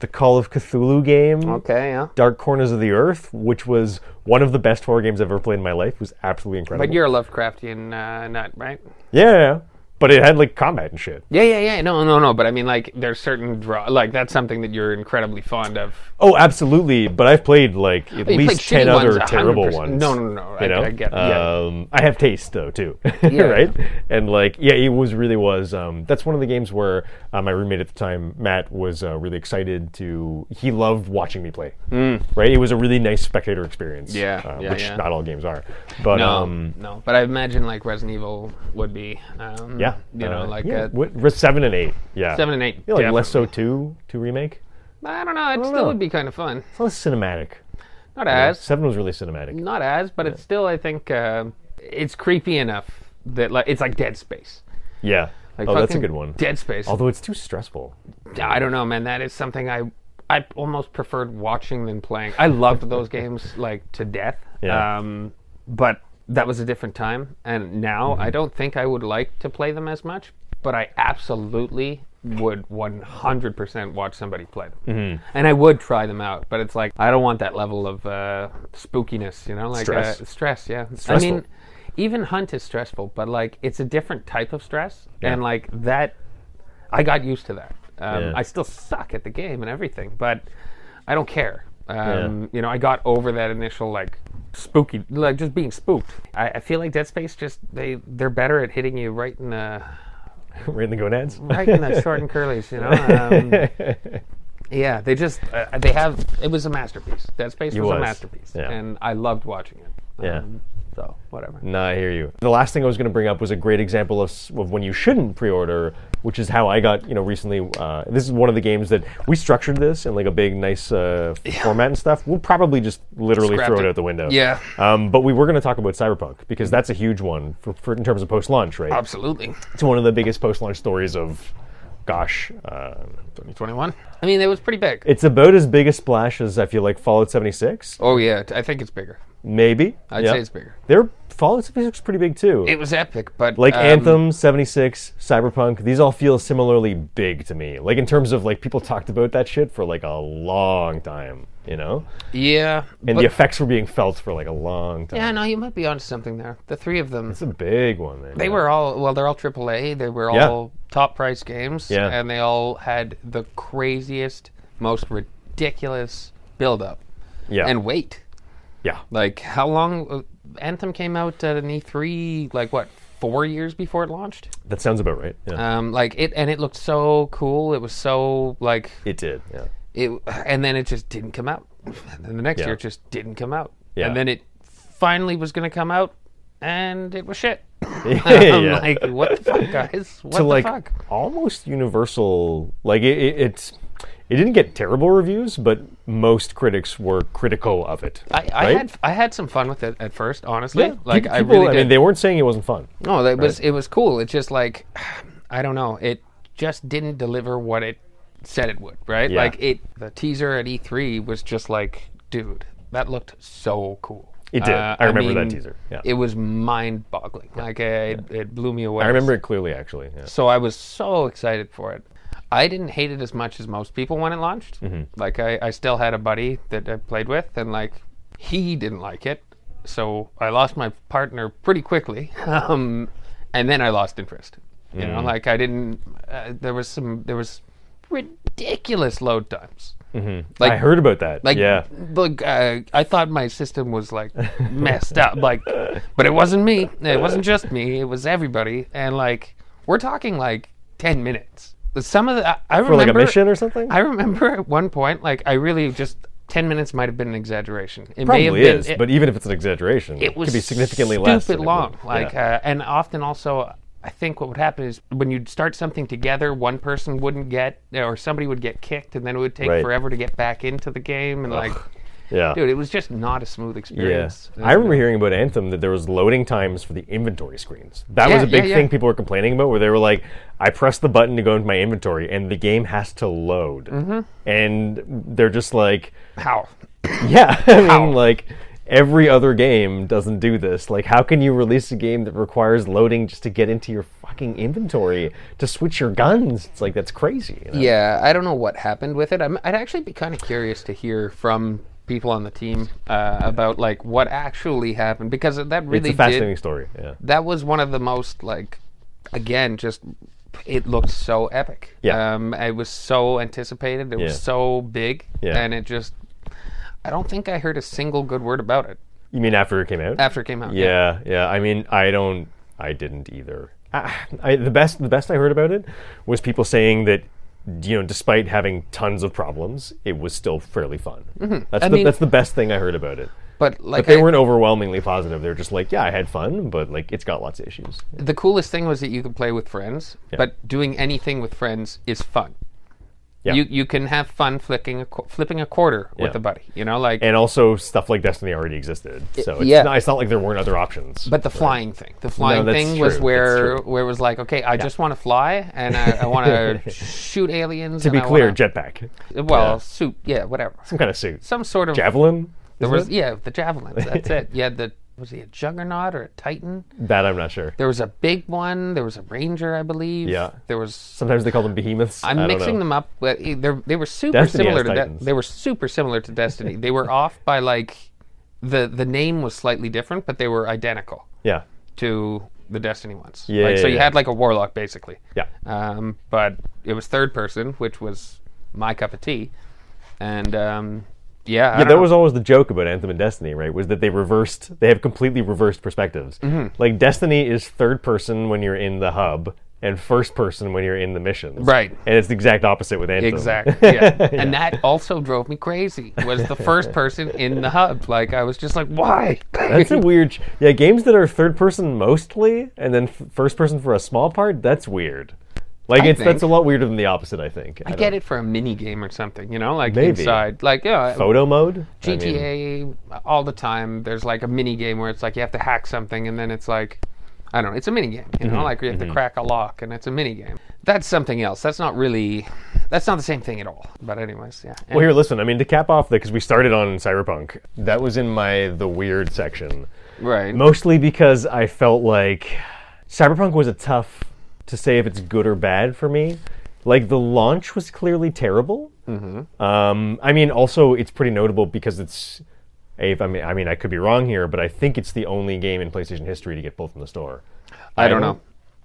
the Call of Cthulhu game, okay, yeah. Dark Corners of the Earth, which was one of the best horror games I've ever played in my life, It was absolutely But incredible. you're a Lovecraftian uh, nut, right? yeah, yeah, but it had like combat and shit. Yeah, yeah, yeah. No, no, no. But I mean, like, there's certain draw. Like, that's something that you're incredibly fond of. Oh, absolutely. But I've played like at You played least ten shitty ones, other terrible 100%. ones. No, no, no. I, you know? I get. yeah. um, I have taste though too, <laughs> right? And like, yeah, it was really was. Um, that's one of the games where uh, my roommate at the time, Matt, was uh, really excited to. He loved watching me play, right? It was a really nice spectator experience, Hmm. Yeah, uh, yeah, which yeah. not all games are. But No, um, no. But I imagine like Resident Evil would be. Um, yeah, You know, uh, like yeah, uh, what- re- seven and eight, yeah, seven and eight. yeah, like definitely. less so two, two remake. I don't know. It still know. would be kind of fun. It's less cinematic. Not as. Seven was really cinematic. Not as, but it's still. I think uh, it's creepy enough that like it's like Dead Space. Yeah. Like oh, that's a fucking good one. Dead Space. Although it's too stressful. <laughs> I don't know, man. That is something I I almost preferred watching than playing. I loved <laughs> those games like to death. Yeah. Um, but that was a different time, and now Mm-hmm. I don't think I would like to play them as much. But I absolutely would 100% watch somebody play them, Mm-hmm. and I would try them out. But it's like I don't want that level of uh, spookiness, you know, like Stress. Uh, stress. Yeah, I stressful. mean, even hunt is stressful, but like it's a different type of stress, and like that I got used to that. Um, Yeah. I still suck at the game and everything, but I don't care. Um, You know, I got over that initial like spooky, like just being spooked. I, I feel like Dead Space just they they're better at hitting you right in the We're in the gonads. right in <laughs> the short and curlies. You know, um, yeah, they just uh, they have it was a masterpiece. Dead Space was, a was, masterpiece, yeah. and I loved watching it. Um, Yeah. so whatever. No, I hear you. The last thing I was going to bring up was a great example of, s- of when you shouldn't pre-order, which is how I got, you know, recently. Uh, this is one of the games that we structured this in like a big, nice uh, format and stuff. We'll probably just literally Scrapped throw it it. out the window. Yeah. Um, but we were going to talk about Cyberpunk because that's a huge one for, for in terms of post-launch, right? Absolutely. It's one of the biggest post-launch stories of, gosh, uh, 2021. I mean, it was pretty big. it's about as big a splash as I feel like Fallout 76, oh yeah, I think it's bigger. maybe. I'd Yeah. say it's bigger. They're Fallout 76 is pretty big too. It was epic, but like um, Anthem, 76, Cyberpunk, these all feel similarly big to me. Like in terms of like people talked about that shit for like a long time, you know? Yeah. And but- the effects were being felt for like a long time. yeah, no, you might be onto something there. The three of them, It's a big one, man. they were all well, they're all AAA. They were Yeah. all top price games, Yeah. and they all had the craziest, most ridiculous build up yeah. and wait. yeah. Like how long? Uh, Anthem came out at an E3, like what? Four years before it launched, That sounds about right. Yeah. um, like it, and it looked so cool. It was so like it did. Yeah. <laughs> it and then it just didn't come out. And then the next Yeah. year it just didn't come out. Yeah. And then it finally was going to come out and it was <laughs> shit. <laughs> <laughs> I'm Yeah. like, what the fuck, guys? What to the like fuck? almost universal like it, it, it's it didn't get terrible reviews, but most critics were critical of it. I, I right? had I had some fun with it at first, honestly. Yeah, Like peop- I people- really I did. mean, they weren't saying it wasn't fun. no, that was it was cool. It's just like <sighs> I don't know. It just didn't deliver what it said it would, right? Yeah. Like it the teaser at E3 was just like, dude, that looked so cool. Uh, It did. I remember that mean, teaser. Yeah. It was mind boggling. Like uh, it, it blew me away. I remember it clearly, actually. Yeah. So I was so excited for it. I didn't hate it as much as most people when it launched. Like I, I still had a buddy that I played with, and like he didn't like it, so I lost my partner pretty quickly, <laughs> um, and then I lost interest. You know, like I didn't. Uh, there was some. There was ridiculous load times. Mm-hmm. Like I heard about that. like, yeah, look, uh, I thought my system was like messed up, like, but it wasn't me. It wasn't just me. It was everybody. And like, we're talking like ten minutes. Some of the I, I for like remember a mission or something. I remember at one point, like, I really just ten minutes might have been an exaggeration. It may have Probably been, is, it- but even if it's an exaggeration, it was could be significantly less. stupid than it long would- like yeah. uh, and often also I think what would happen is when you'd start something together, one person wouldn't get, or somebody would get kicked, and then it would take Right. forever to get back into the game. And like, Yeah. dude, it was just not a smooth experience. I remember hearing about Anthem that there was loading times for the inventory screens. That Yeah, was a yeah, big yeah. thing people were complaining about, where they were like, "I press the button to go into my inventory, and the game has to load." Mm-hmm. And they're just like, How? "Yeah, <laughs> I How? mean, like." Every other game doesn't do this. Like, how can you release a game that requires loading just to get into your fucking inventory to switch your guns? It's like that's crazy. you know? Yeah, I don't know what happened with it. I'm, I'd actually be kind of curious to hear from people on the team uh, about like what actually happened because that it's really a fascinating did. story. Yeah. That was one of the most like, again, just it looked so epic. Yeah. um, it was so anticipated. It Yeah. was so big, Yeah. and it just. I don't think I heard a single good word about it You mean after it came out? after it came out. Yeah, yeah. I mean, I don't. I didn't either. I, I, the best, the best I heard about it was people saying that, you know, despite having tons of problems, it was still fairly fun. That's Mm-hmm. I the mean- that's the best thing I heard about it. but like But they I- weren't overwhelmingly positive. They were just like, yeah, I had fun, but like, it's got lots of issues. the coolest thing was that you could play with friends, but doing anything with friends is fun. Yeah. You you can have fun flicking a, qu- flipping a quarter with Yeah. a buddy, you know, like And also, stuff like Destiny already existed, so it's, yeah. not, it's not like there weren't other options. but the flying thing. The flying that's thing true, was that's where true. where it was like, okay, I just want to fly and I, I want <laughs> to shoot aliens. to be clear, jetpack, well, yeah. suit, yeah, whatever, some kind of suit, some sort of javelin. There isn't was it? yeah, the javelins. That's it. Yeah, the was he a juggernaut or a titan? that I'm not sure. There was a big one. There was a ranger, I believe. Yeah. There was Sometimes they call them behemoths. I'm I don't mixing know. them up, but e- they're, they were super Destiny similar has to that. Titans. They were super similar to Destiny. they were off by like the the name was slightly different, but they were identical Yeah, to the Destiny ones. Yeah, Like, so yeah, you yeah. had like a warlock basically. yeah. Um, but it was third person, which was my cup of tea, and um, yeah, I Yeah, don't that know. was always the joke about Anthem and Destiny, right? Was that they reversed, they have completely reversed perspectives. Mm-hmm. Like Destiny is third person when you're in the hub, and first person when you're in the missions. Right. And it's the exact opposite with Anthem. Exactly. <laughs> Yeah. And that also drove me crazy. Was the first person in the hub. Like I was just like, <laughs> why? <laughs> That's a weird. ch- Yeah, games that are third person mostly, and then f- first person for a small part. That's weird. Like it's that's think- a lot weirder than the opposite. I think. I, Get it for a mini game or something, you know, like Maybe. inside, like yeah, Photo mode. I mean, GTA all the time. There's like a mini game where it's like you have to hack something, and then it's like, I don't know, it's a mini game. You Mm-hmm, know, like you have to crack a lock, and it's a mini game. That's something else. That's not really, that's not the same thing at all. But anyways, yeah. Well, here, listen. I mean, to cap off, because we started on Cyberpunk, that was in my the weird section. right. Mostly because I felt like Cyberpunk was a tough to say if it's good or bad for me. Like the launch was clearly terrible. Mm-hmm. Um, I mean, also it's pretty notable because it's. If I mean, I mean, I could be wrong here, but I think it's the only game in PlayStation history to get pulled from the store. I don't know.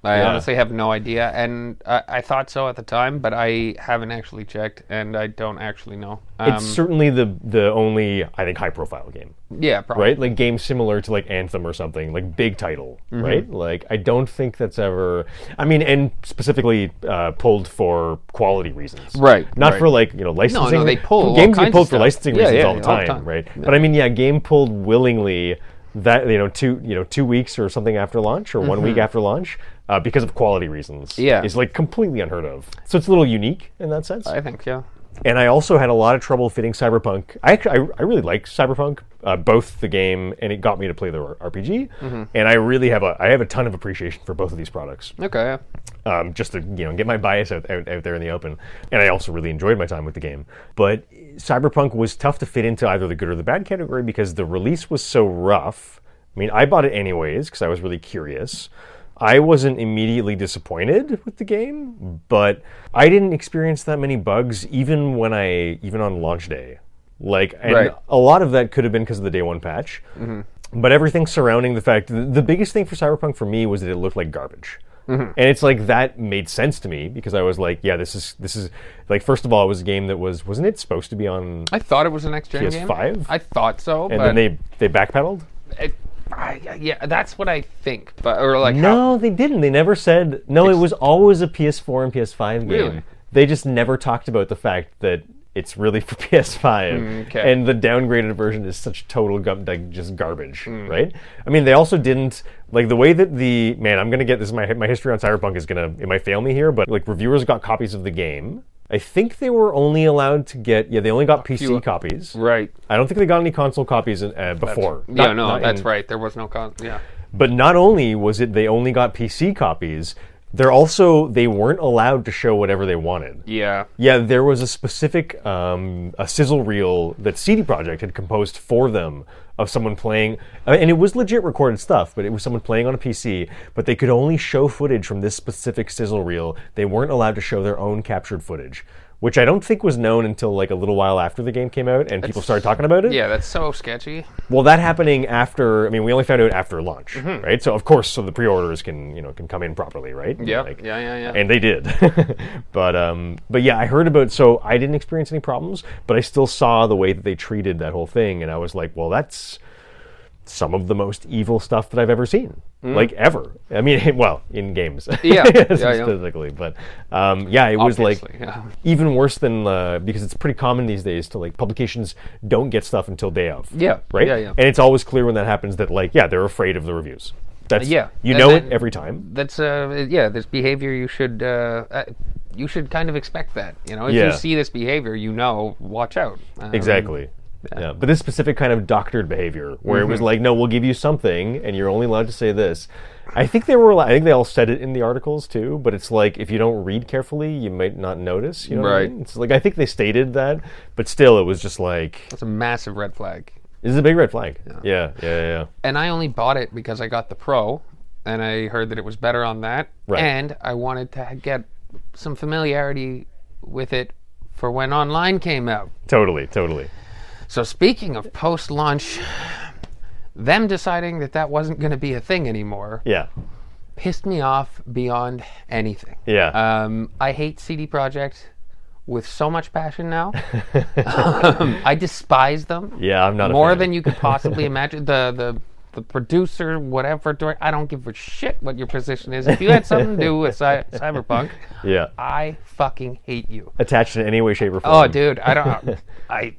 I Yeah. honestly have no idea, and I, I thought so at the time, but I haven't actually checked, and I don't actually know. Um, It's certainly the the only I think high profile game. yeah, probably. right? Like games similar to like Anthem or something, like big title, Mm-hmm. right? Like I don't think that's ever. I mean, and specifically uh, pulled for quality reasons, Right, Not right. for like you know licensing. they pull all games kinds get of pulled for stuff. licensing Yeah, reasons yeah, all, the all the time, time. right? But I mean, yeah, game pulled willingly. That you know, two you know, two weeks or something after launch, or one week after launch, uh, because of quality reasons, Mm-hmm. Yeah. is like completely unheard of. So it's a little unique in that sense I think yeah. and I also had a lot of trouble fitting Cyberpunk. I actually, I, I really like Cyberpunk, uh, both the game and it got me to play the R- RPG. And I really have a, I have a ton of appreciation for both of these products, Okay. yeah. um, just to you know get my bias out, out out there in the open. And I also really enjoyed my time with the game. But Cyberpunk was tough to fit into either the good or the bad category because the release was so rough. I mean, I bought it anyways because I was really curious. I wasn't immediately disappointed with the game, but I didn't experience that many bugs even when I even on launch day. Like, and Right. a lot of that could have been because of the day one patch. But everything surrounding the fact, th- the biggest thing for Cyberpunk for me was that it looked like garbage. And it's like that made sense to me because I was like, yeah, this is this is like first of all, it was a game that was wasn't it supposed to be on, I thought it was an next gen game. PS5? I thought so, and but then they they backpedaled. it, I, yeah, that's what I think. But or like how, No, they didn't. They never said. No, it was always a PS4 and PS5 game. Really? They just never talked about the fact that it's really for <laughs> PS5. Mm, okay. And the downgraded version is such total gum, like just garbage, Mm. right? I mean, they also didn't like the way that the man. I'm gonna get this. My my history on Cyberpunk is gonna it might fail me here, but like reviewers got copies of the game. I think they were only allowed to get yeah they only got PC few- copies. Right. I don't think they got any console copies in, uh, before. Yeah, Not- no, not that's in- right. There was no con. Yeah. But not only was it they only got PC copies, they're also they weren't allowed to show whatever they wanted. Yeah. Yeah, there was a specific um, a sizzle reel that CD Projekt had composed for them of someone playing, uh, and it was legit recorded stuff, but it was someone playing on a PC. But they could only show footage from this specific sizzle reel. They weren't allowed to show their own captured footage, which I don't think was known until like a little while after the game came out and people started talking about it. Yeah, that's so sketchy. Well, that happening after. I mean, we only found out after launch, Mm-hmm. right? So of course, so the pre-orders can you know can come in properly, right? Yeah. Like- yeah, yeah, yeah. And they did, <laughs> but um, but yeah, I heard about. So I didn't experience any problems, but I still saw the way that they treated that whole thing, and I was like, well, that's some of the most evil stuff that I've ever seen, like ever. I mean, <laughs> well, in games, Mm-hmm. <laughs> Yeah, yeah, yeah. specifically, but um, yeah, it was like Obviously, yeah. even worse than uh, because it's pretty common these days to like publications don't get stuff until day of. Yeah, Right. yeah, yeah. And it's always clear when that happens that like yeah they're afraid of the reviews. That's Yeah, You and know then- it every time. that's uh yeah there's behavior you should uh, uh you should kind of expect that you know if Yeah. you see this behavior you know watch out Um, Exactly. Yeah. But this specific kind of doctored behavior where it was Mm-hmm. like no we'll give you something and you're only allowed to say this. I think they were. allo- I think they all said it in the articles too. But it's like if you don't read carefully, you might not notice. You know What I Right. mean? It's like I think they stated that, but still, it was just like that's a massive red flag this is a big red flag. Yeah. Yeah. Yeah. yeah. and i only bought it because i got the pro and i heard that it was better on that Right. and i wanted to ha- get some familiarity with it for when online came out Totally. Totally. so speaking of post launch them deciding that that wasn't going to be a thing anymore Yeah. pissed me off beyond anything. Yeah. Um, I hate CD Projekt with so much passion now. <laughs> um, I despise them. Yeah, I'm not a more fan. than you could possibly imagine. The the the producer, whatever, direct, I don't give a shit what your position is. If you had something to do with cy- Cyberpunk, Yeah. I fucking hate you. Attached in any way, shape, or form. Oh, dude, I <laughs> don't. I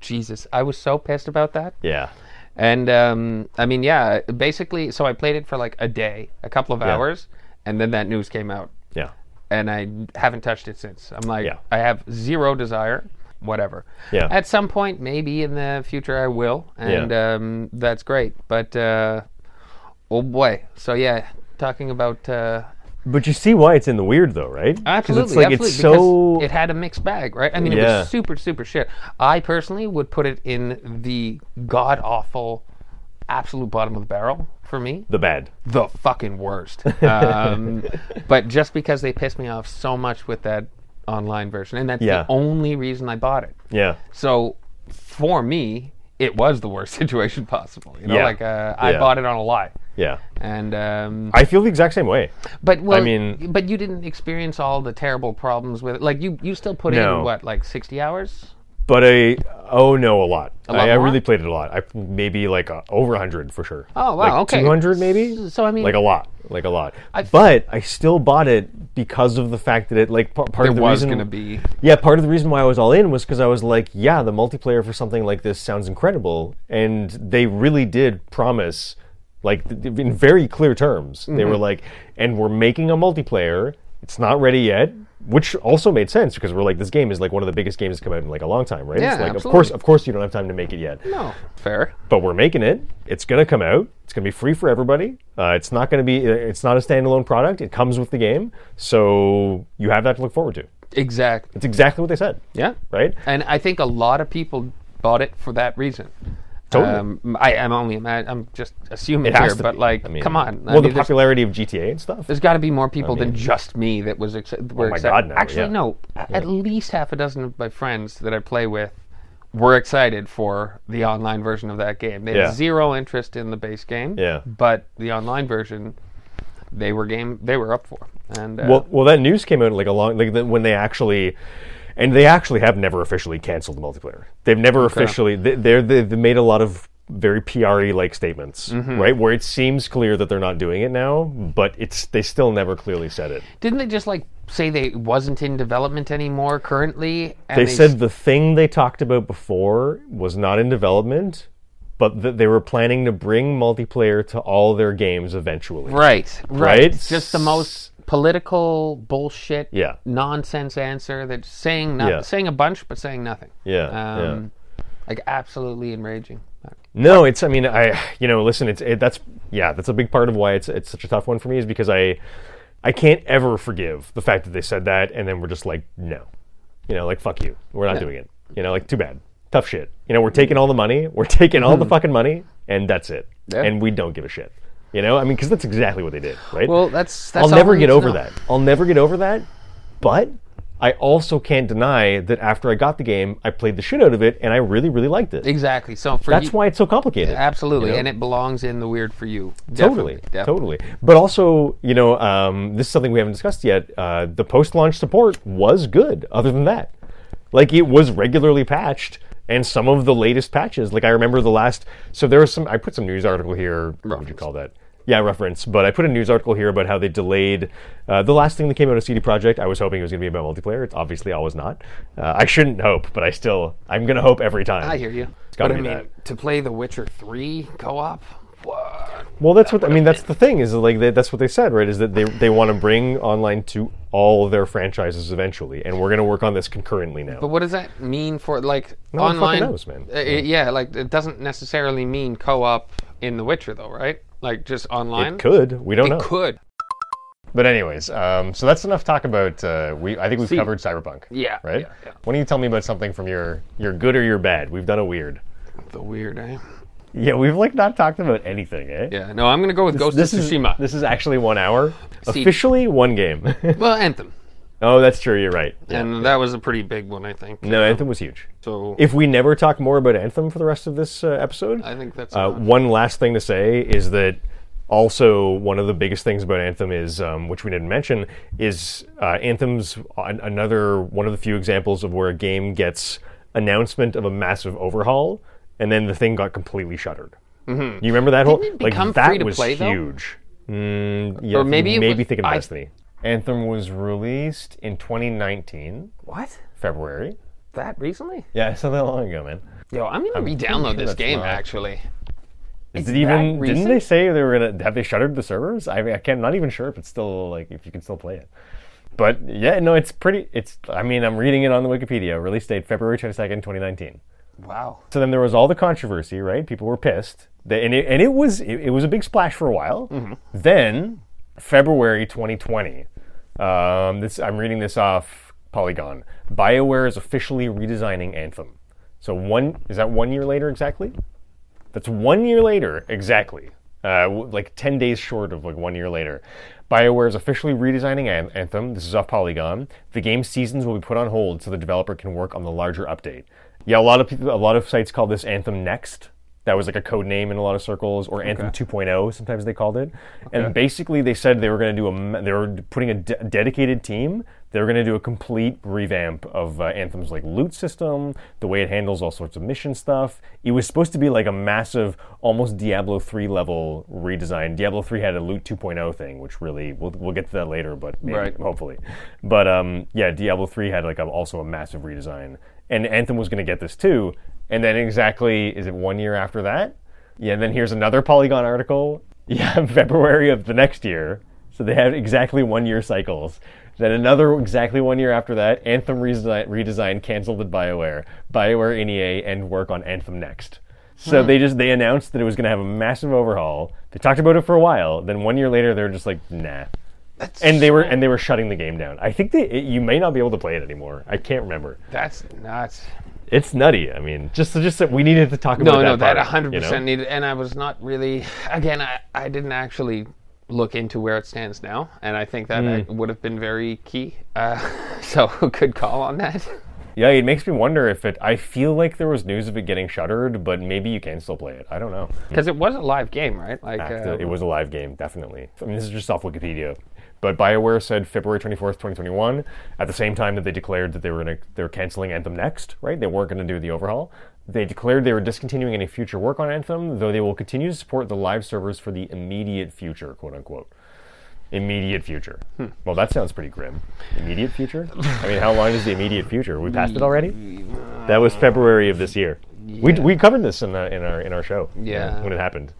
Jesus, I was so pissed about that. Yeah. And um, I mean, yeah, basically, so I played it for like a day, a couple of hours, and then that news came out, Yeah. and I haven't touched it since. I'm like, Yeah. I have zero desire. Whatever. Yeah. At some point, maybe in the future, I will, and um, that's great. But uh, oh boy, so yeah, talking about uh, But you see why it's in the weird though, right? 'Cause Absolutely, It's like absolutely. it's so because it had a mixed bag, right? I mean, it Yeah. was super, super shit. I personally would put it in the god awful, absolute bottom of the barrel for me. the bad. The fucking <laughs> worst. Um, but just because they pissed me off so much with that online version, and that's Yeah. the only reason I bought it. Yeah. So for me, it was the worst <laughs> situation possible. You know, Yeah. like uh, I Yeah. bought it on a lie, Yeah. and um, I feel the exact same way. but well, I mean- mean, but you didn't experience all the terrible problems with it. Like you, you still put No. in what, like sixty hours? But I oh no, a lot. lot I, I more? really played it a lot. I maybe like uh, over 100 for sure. Oh, wow, Like okay. 200 maybe? So I mean, like a lot, like a lot. but I still bought it because of the fact that it like par- part there of the was reason gonna be. Yeah, part of the reason why I was all in was because I was like, yeah, the multiplayer for something like this sounds incredible, and they really did promise, like th- th- in very clear terms, they Mm-hmm. were like, and we're making a multiplayer. It's not ready yet, which also made sense because we're like, this game is like one of the biggest games that's come out in like a long time, right? Yeah, it's like, of absolutely. course, of course, you don't have time to make it yet No, fair. but we're making it. It's going to come out. It's going to be free for everybody. Uh, it's not going to be. It's not a standalone product. It comes with the game, so you have that to look forward to. Exactly. It's exactly what they said, Yeah. right? And I think a lot of people bought it for that reason. Totally. Um, I am only imag- I'm just assuming It has here, to but be. like, I mean, come on. I Well, mean, the there's- popularity of GTA and stuff. there's got to be more people than just me that was ex- were oh my excited. God, no, Actually, yeah. no. a- At least half a dozen of my friends that I play with were excited for the online version of that game. They had Yeah. zero interest in the base game. Yeah. But the online version, they were game. They were up for. And uh, Well, well, that news came out like a long like the, when they actually, and they actually have never officially canceled the multiplayer. They've never officially they, they're, they've made a lot of very PRE like statements, Mm-hmm. right? Where it seems clear that they're not doing it now, but it's they still never clearly said it. Didn't they just like say they wasn't in development anymore currently? And They s- said the thing they talked about before was not in development, but that they were planning to bring multiplayer to all their games eventually. right, right, Right? It's Just the most political bullshit, Yeah. nonsense answer that saying not, Yeah. saying a bunch but saying nothing. Yeah, yeah. um, like absolutely enraging. No, it's. I mean, I. You know, listen. It's. It, that's. Yeah, that's a big part of why it's. It's such a tough one for me is because I, I can't ever forgive the fact that they said that, and then we're just like, no, you know, like fuck you, we're not doing it. You know, like too bad, tough shit. You know, we're taking all the money, we're taking <laughs> all the fucking money, and that's it, Yeah. and we don't give a shit. You know, I mean, because that's exactly what they did, right? Well, that's that's I'll all never we need get to over know. that. I'll never get over that. But I also can't deny that after I got the game, I played the shit out of it, and I really, really liked it. Exactly. So for That's you, why it's so complicated. absolutely, you know? and it belongs in the weird for you. Totally, Definitely, definitely. totally. But also, you know, um, this is something we haven't discussed yet. Uh, the post-launch support was good. Other than that, like it was regularly patched, and some of the latest patches, like I remember the last. So there was some. I put some news article here. What would you call that? Yeah, reference. But I put a news article here about how they delayed uh, the last thing that came out of CD Projekt. I was hoping it was going to be about multiplayer. It's obviously always not. Uh, I shouldn't hope, but I still I'm going to hope every time. I hear you. gotta but I be mean, that. to play The Witcher Three co-op, what? Well, that's what I mean. That's the thing is that, like they, that's what they said, right? Is that they they want to bring online to all their franchises eventually, and we're going to work on this concurrently now. But what does that mean for like No one fucking online? knows, man. Uh, it- yeah, like it doesn't necessarily mean co-op in The Witcher, though, right? Like just online. it could we don't know. Could. But anyways, um, so that's enough talk about. Uh, we I think we've covered Cyberpunk. Yeah, Right. yeah, yeah. Why don't you tell me about something from your your good or your bad? We've done a weird. The weird, eh? Yeah, we've like not talked about anything, eh? Yeah. No, I'm gonna go with Ghost This of is Tsushima. <laughs> this is actually one hour. See- Officially one game. <laughs> well, Anthem, oh, that's true. You're right. and that was a pretty big one, I think. No, Anthem was huge. So If we never talk more about Anthem for the rest of this uh, episode, I think that's Uh, enough. one last thing to say is that also one of the biggest things about Anthem is, um, which we didn't mention, is uh, Anthem's an- another one of the few examples of where a game gets announcement of a massive overhaul and then the thing got completely shuttered. Mm-hmm. You remember that whole it like become that free to was play, though? huge. Mm, yeah, Or maybe it maybe was- think of I- Destiny. Anthem was released in 2019 what? February. That recently? Yeah, <laughs> so that long ago, man. Yo, I'm gonna sure re-download this that's game not- actually. Is Is it even? that Didn't they say they were gonna have they shuttered the servers? I mean, I can't. Not even sure if it's still like if you can still play it. But yeah, no, it's pretty. It's. I mean, I'm reading it on the Wikipedia. Release date February 22nd, 2019. Wow. So then there was all the controversy, right? People were pissed. They, and, it, and it was it, it was a big splash for a while. Then February 2020. Um, this I'm reading this off Polygon. BioWare is officially redesigning Anthem. So one is that one year later exactly? That's one year later, exactly. Uh, w- like 10 days short of like one year later. BioWare is officially redesigning An- Anthem. This is off Polygon. The game's seasons will be put on hold so the developer can work on the larger update. Yeah, a lot of people, a lot of sites call this Anthem Next. That was like a code name in a lot of circles, or Anthem 2.0. Sometimes they called it. And basically, they said they were going to do a, ma- they were putting a de- dedicated team. They were going to do a complete revamp of uh, Anthem's like loot system, the way it handles all sorts of mission stuff. It was supposed to be like a massive, almost Diablo 3 level redesign. Diablo 3 had a loot 2.0 thing, which really we'll, we'll get to that later, but maybe, Right. hopefully. But um, yeah, Diablo 3 had like a, also a massive redesign, and Anthem was going to get this too. And then exactly, is it one year after that? Yeah, and then here's another Polygon article. <laughs> Yeah, February of the next year. So they have exactly one year cycles. Then another exactly one year after that, Anthem redesign, redesign canceled at BioWare. BioWare NEA and work on Anthem next. So they just they announced that it was going to have a massive overhaul. They talked about it for a while. Then one year later, they were just like, nah. That's And they were and they were shutting the game down. I think they it, you may not be able to play it anymore. I can't remember. that's nuts. It's nutty. I mean, just just that we needed to talk about No, that. no, that part, 100% you know? needed. And I was not really, again, I, I didn't actually look into where it stands now. And I think that Mm. uh, would have been very key. Uh, <laughs> so, good call on that. Yeah, it makes me wonder if it. I feel like there was news of it getting shuttered, but maybe you can still play it. I don't know. Because it was a live game, right? Like, uh, It was a live game, definitely. I mean, this is just off Wikipedia. But BioWare said February 24th, 2021, at the same time that they declared that they were gonna, they were canceling Anthem Next, right? They weren't going to do the overhaul. They declared they were discontinuing any future work on Anthem, though they will continue to support the live servers for the immediate future, quote unquote. Immediate future. Hmm. Well, that sounds pretty grim. Immediate future? I mean, how long is the immediate future? We passed it already. That was February of this year. We, we covered this in, the, in our in our show. uh, Yeah. when it happened,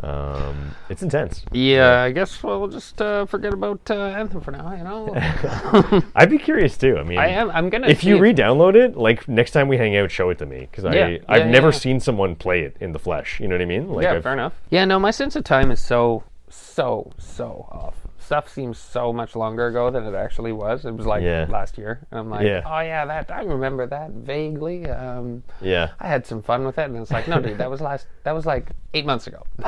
um, it's intense. Yeah, I guess we'll we'll just uh, forget about uh, Anthem for now. You <laughs> know, I'd be curious too. I mean, I am. I'm gonna. if see you re-download it, like next time we hang out, show it to me because Yeah. I Yeah, I've yeah, never yeah. seen someone play it in the flesh. You know what I mean? Like, yeah, I've- fair enough. Yeah, no, my sense of time is so so so off. Stuff seems so much longer ago than it actually was. It was like Yeah. last year, and I'm like, Yeah. oh yeah, that I remember that vaguely. Um, <laughs> Yeah, I had some fun with it, and it's like, no, dude, that was last. That was like eight months ago. <laughs> <laughs>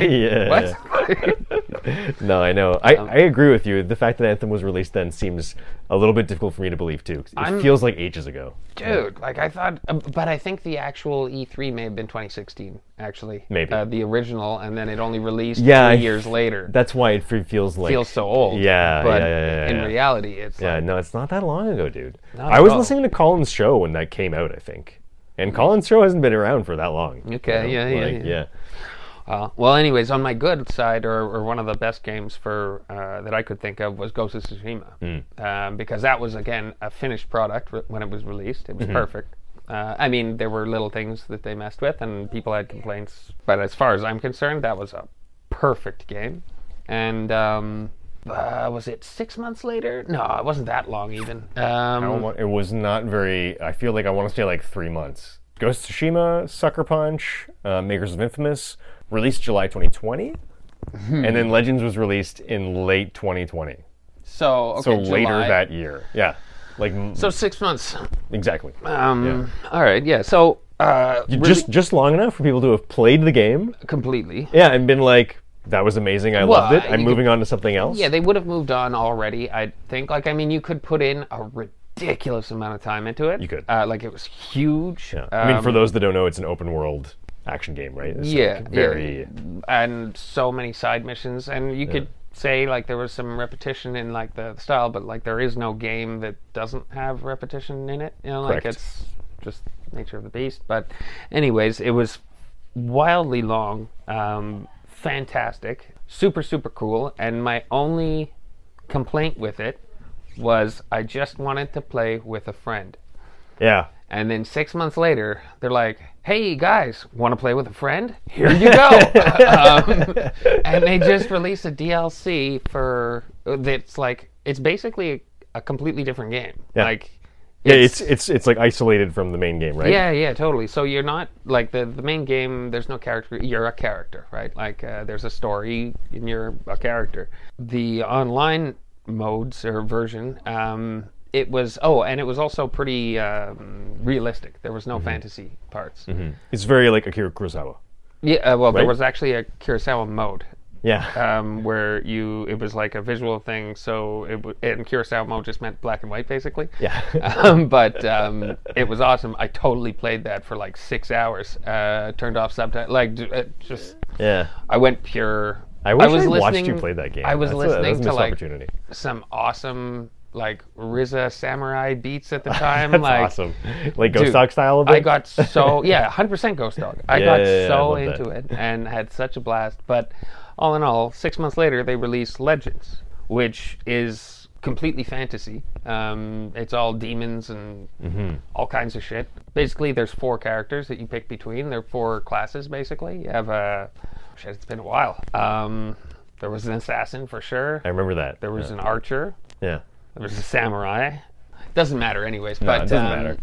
yeah. what? Um, No, I know. I, I agree with you. The fact that Anthem was released then seems a little bit difficult for me to believe too. 'cause it I'm- feels like ages ago. <laughs> Dude, like I thought, um, but I think the actual E3 may have been 2016, actually. Maybe. Uh, the original, and then it only released Yeah, I- three years later. That That's why it fe- feels like feels so old. Yeah, But yeah, yeah, yeah, in yeah. reality, it's Yeah, like, no, it's not that long ago, dude. Not I at was all. listening to Colin's show when that came out, I think. And Colin's show hasn't been around for that long. you Okay, yeah, yeah, like, yeah. uh, well, anyways, on my good side, or, or one of the best games for uh, that I could think of was Ghost of Tsushima, Hmm. um, because that was again a finished product re- when it was released. It was Mm-hmm. perfect. Uh, I mean, there were little things that they messed with, and people had complaints. But as far as I'm concerned, that was a perfect game. And um, uh, was it six months later? No, it wasn't that long even. I don't Um, want- It was not very. I feel like I want to say like three months. Ghost of Tsushima, Sucker Punch, uh, Makers of Infamous, released July 2020, Hmm. and then Legends was released in late 2020. so okay, So later July. that year, yeah, like m- So six months. exactly. Um, All right. Yeah. So. Uh, You- rele- Just just long enough for people to have played the game, completely. yeah, and been like, "That was amazing. I Well, loved it. I- I'm you moving on to something else." Yeah, they would have moved on already, I think. Like, I mean, you could put in a ridiculous amount of time into it. You could. Uh, like, it was huge. Yeah. I mean, for Um, those that don't know, it's an open world action game, right? It's yeah, like yeah. very. And so many side missions. And you could say, like, there was some repetition in, like, the style, but, like, there is no game that doesn't have repetition in it. You know, like, Correct. it's just nature of the beast. But, anyways, it was wildly long, um, fantastic, super, super cool. And my only complaint with it was I just wanted to play with a friend. Yeah. And then six months later, they're like, "Hey guys, want to play with a friend? Here you <laughs> go!" um, and they just released a DLC for that's like it's basically a, a completely different game. Yeah. Like, Yeah, it's it's it's like isolated from the main game, right? yeah, yeah, totally. So you're not like the the main game. There's no character. You're a character, right? Like uh, there's a story, and you're a character. The online modes or version, um, it was oh, and it was also pretty um, realistic. There was no Mm-hmm. fantasy parts. It's very like Akira Kurosawa. Yeah, uh, well, Mm-hmm. Right. there was actually a Kurosawa mode Yeah. um, where you it was like a visual thing. So it w- and Kurosawa mode just meant black and white, basically. yeah. <laughs> <laughs> um, but um, it was awesome. I totally played that for like six hours. Uh, turned off subtitles. Like d- it just, yeah. I went pure. I wish I was watched you listening- play that game. I was That's a- that's a listening to missed like opportunity. some awesome like RZA samurai beats <laughs> at the time. That's like awesome. <laughs> Like Ghost dude, Dog style of it. I got so <laughs> yeah, hundred percent Ghost Dog. I Yeah, got yeah, yeah, I so love that. into it and had such a blast. But all in all, six months later they released Legends, which is completely fantasy. Um, it's all demons and Mm-hmm. all kinds of shit. Basically, there's four characters that you pick between. There are four classes basically. You have a shit. It's been a while. Um, there was an assassin for sure. I remember that. There was an archer. yeah. There was a samurai. Doesn't matter, anyways. but it doesn't um, matter.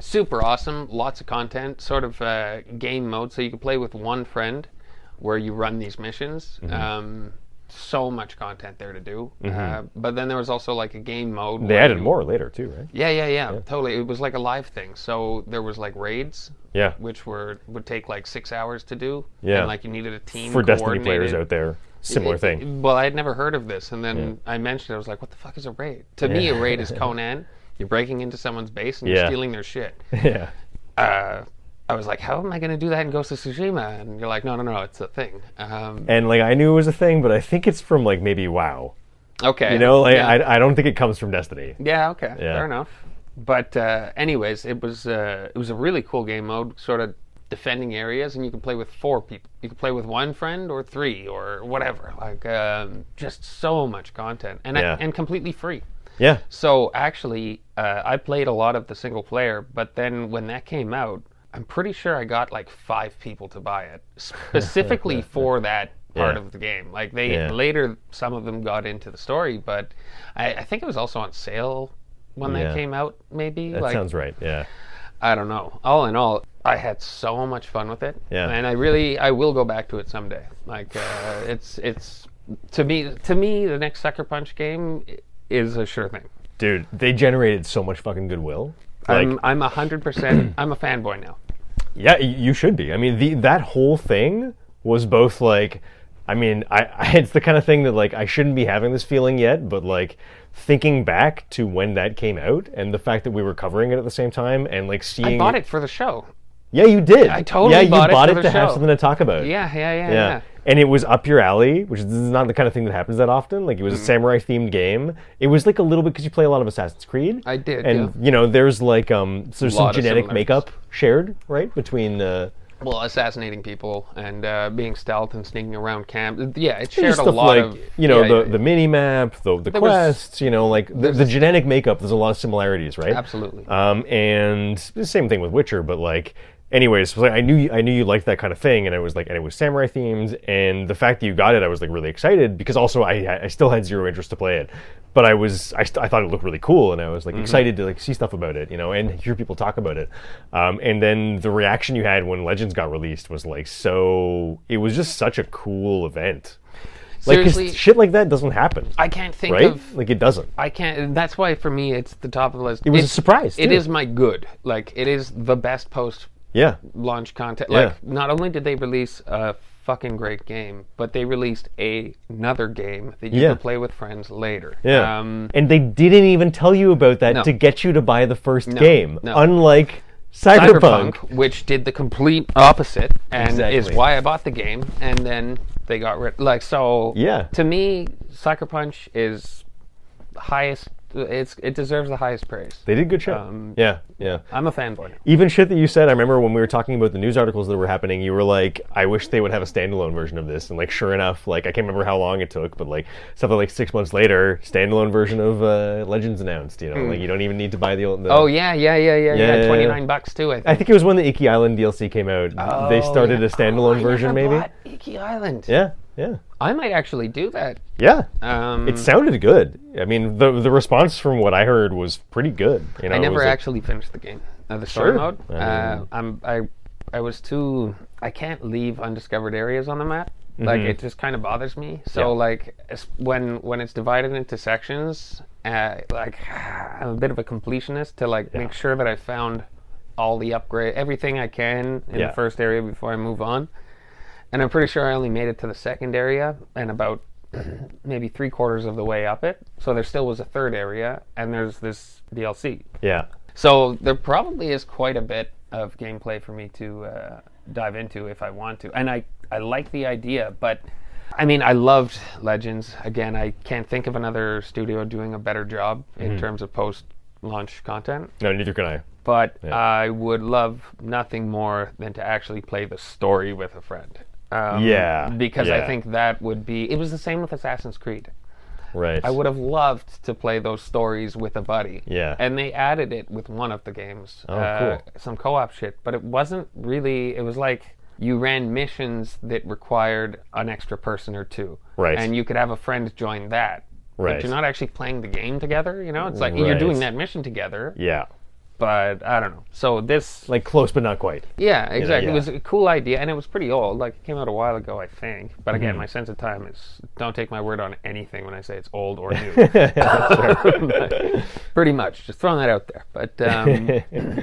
Super awesome. Lots of content. Sort of uh, game mode, so you can play with one friend, where you run these missions. Mm-hmm. Um, so much content there to do. Uh, but then there was also like a game mode. They where added you- more later too, right? Yeah, yeah, yeah, Totally. It was like a live thing. So there was like raids. Yeah. Which were would take like six hours to do. Yeah. And like you needed a team For Destiny players coordinated. out there, similar It- thing. Well, I had never heard of this, and then I mentioned it. I was like, "What the fuck is a raid?" To me, a <laughs> raid is Conan. You're breaking into someone's base and Yeah. you're stealing their shit. <laughs> yeah. Uh, I was like, "How am I going to do that in Ghost of Tsushima?" And you're like, "No, no, no, it's a thing." Um, And like I knew it was a thing, but I think it's from like maybe WoW. Okay. You know, like yeah. I, I don't think it comes from Destiny. Yeah, okay, Yeah. fair enough. But uh, anyways, it was uh, it was a really cool game mode, sort of defending areas, and you can play with four people. You can play with one friend or three or whatever. Like um, just so much content, and Yeah. and completely free. Yeah. So actually, uh, I played a lot of the single player, but then when that came out, I'm pretty sure I got like five people to buy it <laughs> specifically for that part Yeah. of the game. Like they Yeah. later, some of them got into the story, but I, I think it was also on sale when Yeah. that came out. Maybe That like sounds right. Yeah. I don't know. All in all, I had so much fun with it. Yeah. And I really, I will go back to it someday. Like, uh, it's it's to me to me the next Sucker Punch game i- is a sure thing. Dude, they generated so much fucking goodwill. Like, I'm I'm a hundred <clears throat> percent. I'm a fanboy now. Yeah, y- you should be. I mean, the that whole thing was both like, I mean, I, <laughs> I it's the kind of thing that like I shouldn't be having this feeling yet, but like thinking back to when that came out and the fact that we were covering it at the same time and like seeing. I bought it for the show. Yeah, you did. I totally Yeah, you bought it bought for the it to have show. something to talk about. Yeah, yeah, yeah, yeah. Yeah. And it was up your alley, which is, this is not the kind of thing that happens that often. Like it was Mm-hmm. a samurai themed game. It was like a little bit because you play a lot of Assassin's Creed. I did, And yeah. you know, there's like um, so there's some Lot of genetic similarities. makeup shared, right, between uh, Well, assassinating people and uh, being stealth and sneaking around camp. Yeah, it shared There's a stuff lot like of you know yeah, the, yeah, the mini map, the the was- quests, you know, like the, the genetic makeup. There's a lot of similarities, right? Absolutely. Um, and the same thing with Witcher, but like, anyways, so, like, I knew I knew you liked that kind of thing, and it was like, and it was samurai themed, and the fact that you got it, I was like really excited because also I I still had zero interest to play it, but I was I, st- I thought it looked really cool, and I was Mm-hmm. like excited to like see stuff about it, you know, and hear people talk about it, um, and then the reaction you had when Legends got released was like so it was just such a cool event. Like, 'cause Seriously, shit like that doesn't happen, I can't think right? of. Like, it doesn't. I can't. That's why for me it's the top of the list. It was a surprise, It too. is my good. Like it is the best post Yeah, launch content. Yeah. Like not only did they release a fucking great game, but they released a, another game that you Yeah. can play with friends later. Yeah. Um, and they didn't even tell you about that No. to get you to buy the first game. no. Unlike Cyberpunk. Cyberpunk, which did the complete opposite, and is Exactly. why I bought the game. And then they got rid. Like so. Yeah. To me, Sucker Punch is highest. It's it deserves the highest praise. They did good shit. Um, yeah, yeah. I'm a fanboy. now. Even shit that you said, I remember when we were talking about the news articles that were happening, you were like, I wish they would have a standalone version of this. And like, sure enough, like, I can't remember how long it took, but like, something like six months later, standalone version of uh, Legends announced, you know? Like, you don't even need to buy the old. The, Hmm. Oh yeah, yeah, yeah, yeah, yeah. Yeah, yeah, yeah. Twenty nine bucks too. I think. I think it was when the Icky Island DLC came out. they Oh, started a standalone version, maybe? Iki Island. Yeah, yeah. I might actually do that. Yeah. Um, It sounded good. I mean, the the response from what I heard was pretty good. You know, I it never was like- actually finished the game. Uh, the story Sure. mode. I Uh, I'm I I was too I can't leave undiscovered areas on the map. Like it just kind of bothers me. So Mm-hmm. Yeah. like es- when when it's divided into sections, uh, like <sighs> I'm a bit of a completionist to like make sure that I found all the upgrade everything I can in Yeah. the first area before I move on. And I'm pretty sure I only made it to the second area and about <clears throat> maybe three quarters of the way up it. So there still was a third area, and there's this DLC. yeah, So there probably is quite a bit of gameplay for me to uh, dive into if I want to. And I, I like the idea, but I mean, I loved Legends. Again, I can't think of another studio doing a better job Mm-hmm. in terms of post launch content, no, neither can I. but I would love nothing more than to actually play the story with a friend. Um, Yeah, Because yeah. I think that would be. It was the same with Assassin's Creed. Right. I would have loved to play those stories with a buddy. Yeah. And they added it with one of the games. Oh, cool. Some co op shit, but it wasn't really, it was like you ran missions that required an extra person or two. Right. And you could have a friend join that. Right. But you're not actually playing the game together, you know? It's like you're Right. doing that mission together, Yeah, but I don't know. So this, like close but not quite. yeah, exactly. yeah. It was a cool idea, and it was pretty old. Like, it came out a while ago, I think. But again, my sense of time is don't take my word on anything when I say it's old <laughs> or new. <laughs> pretty much just throwing that out there but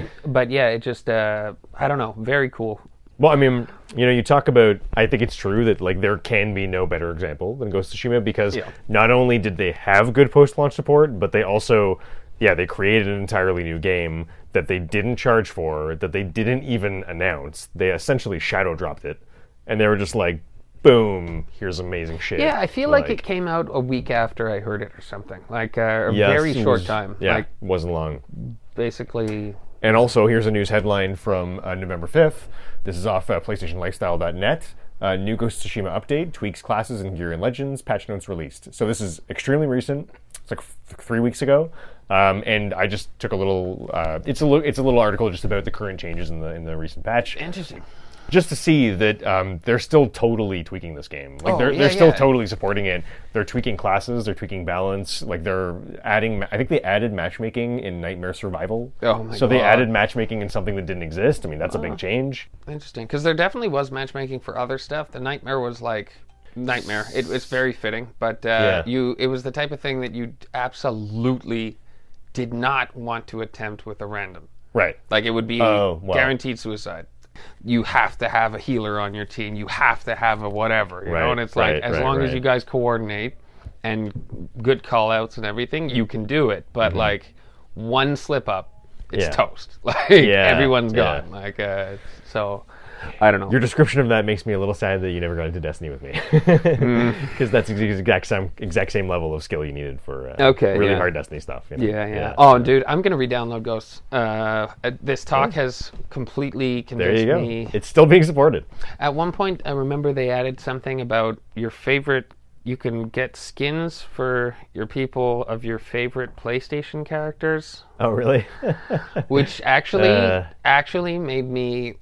<laughs> um, but yeah it just uh, i don't know very cool Well, I mean, you know, you talk about. I think it's true that like there can be no better example than Ghost of Tsushima because Yeah. not only did they have good post-launch support, but they also, yeah, they created an entirely new game that they didn't charge for, that they didn't even announce. They essentially shadow dropped it, and they were just like, boom, here's amazing shit. Yeah, I feel like, it came out a week after I heard it or something. Like uh, a Yeah, very seems- short time. Yeah, Like wasn't long. basically, And also, here's a news headline from uh, November 5th. This is off uh, PlayStationLifestyle.net. Uh, new Ghost of Tsushima update, tweaks classes and gear and legends, patch notes released. So this is extremely recent. It's like f- three weeks ago, um, and I just took a little. Uh, it's a li- it's a little article just about the current changes in the in the recent patch, interesting. just to see that um, they're still totally tweaking this game. Like Oh, they're yeah, they're still yeah. totally supporting it. They're tweaking classes. They're tweaking balance. Like they're adding. ma- I think they added matchmaking in Nightmare Survival. Oh my So they God. added matchmaking in something that didn't exist. I mean, that's a big change. Interesting. Because there definitely was matchmaking for other stuff. The Nightmare was like. Nightmare. It was very fitting, but uh, Yeah. you it was the type of thing that you absolutely did not want to attempt with a random. Right. Like it would be Oh, wow. guaranteed suicide. You have to have a healer on your team. You have to have a whatever. You Right, know, and it's right, like as right, long as right. you guys coordinate and good call outs and everything, you can do it. But like one slip up, it's Mm-hmm. Yeah. toast. <laughs> Like Yeah, everyone's yeah. gone. Like uh, so, I don't know. Your description of that makes me a little sad that you never got into Destiny with me, Hmm. <laughs> because that's the exact same exact same level of skill you needed for uh, Okay, really yeah. hard Destiny stuff. you know? yeah, yeah, Oh, dude, I'm gonna re-download Ghosts. Uh, uh, this talk has completely There convinced you go. me. It's still being supported. At one point, I remember they added something about your favorite. You can get skins for your people of your favorite PlayStation <laughs> characters, Oh, really? which actually Uh. actually made me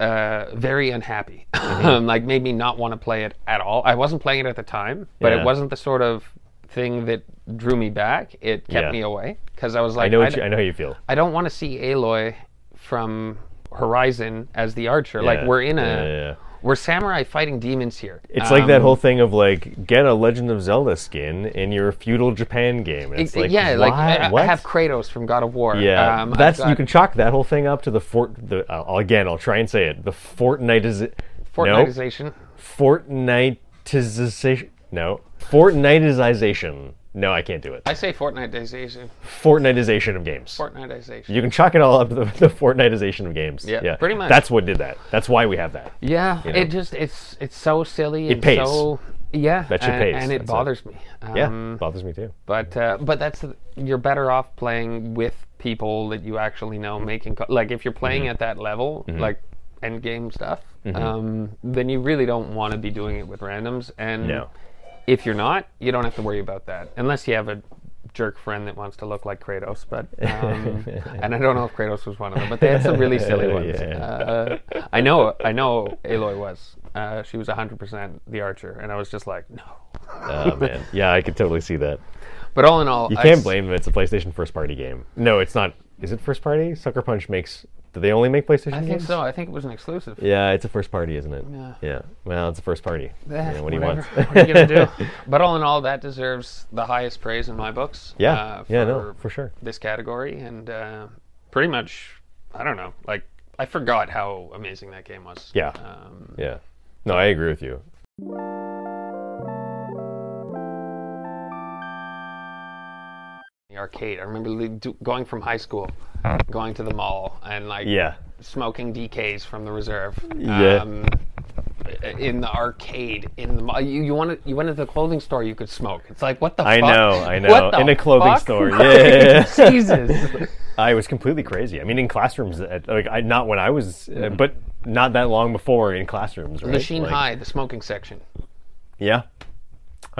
uh, very unhappy. Mm-hmm. <laughs> like made me not want to play it at all. I wasn't playing it at the time, but Yeah. it wasn't the sort of thing that drew me back. It kept Yeah. me away because I was like, I know. I What d- you, I know how you feel. I don't want to see Aloy from Horizon as the archer. Yeah, Like we're in a yeah, yeah, yeah. we're samurai fighting demons here. It's like that Um, whole thing of like get a Legend of Zelda skin in your feudal Japan game. And it's like yeah, why? like I, I what? have Kratos from God of War. yeah, Um, I've that's you got- can chalk that whole thing up to the fort. The uh, again, I'll try and say it. The Fortnite is no Fortniteization. Fortniteization. No Fortniteization. No, I can't do it. I say Fortniteization. Fortniteization of games. Fortniteization. you can chalk it all up to the, <laughs> the Fortniteization of games. Yeah, pretty much. That's what did that. That's why we have that. yeah, know. it just it's it's so silly. and pays. So, yeah, That shit and, pays, and it that's it. bothers me. Um, Yeah, bothers <laughs> me too. But uh, but that's the- you're better off playing with people that you actually know Mm-hmm. making co- like if you're playing at that level like end game stuff Mm-hmm. um, then you really don't want to be doing it with randoms and No. if you're not you don't have to worry about that unless you have a jerk friend that wants to look like Kratos <laughs> but um, and I don't know if Kratos was one of them but they had some <laughs> really silly ones Yeah. uh, I know I know Aloy was uh, she was 100% the archer and I was just like no Oh man, yeah, I could totally see that. but all in all You I can't s- blame them. It's a PlayStation first party game. No, it's not. Is it first party? Sucker Punch makes. Do they only make PlayStation I think games? so. I think it was an exclusive. Yeah, it's a first party, isn't it? Yeah. Well, it's a first party. Eh, You know, what do you whatever. want? <laughs> What are you <laughs> gonna do? But all in all, that deserves the highest praise in my books. Yeah. uh, yeah. No, for sure. This category and uh, pretty much, I don't know. Like I forgot how amazing that game was. Yeah. Um, Yeah. No, I agree with you. the arcade. I remember li- do- going from high school, going to the mall, and like Yeah. smoking DKs from the reserve. Yeah. Um, in the arcade, in the mall, you, you wanted you went to the clothing store, you could smoke. It's like what the I fuck? know, I know. What the In a clothing fuck? <laughs> store, yeah. Jesus. <laughs> I was completely crazy. I mean, in classrooms, at, like I, not when I was, uh, but not that long before in classrooms. Right? Mm. Machine Like, High, the smoking section. Yeah.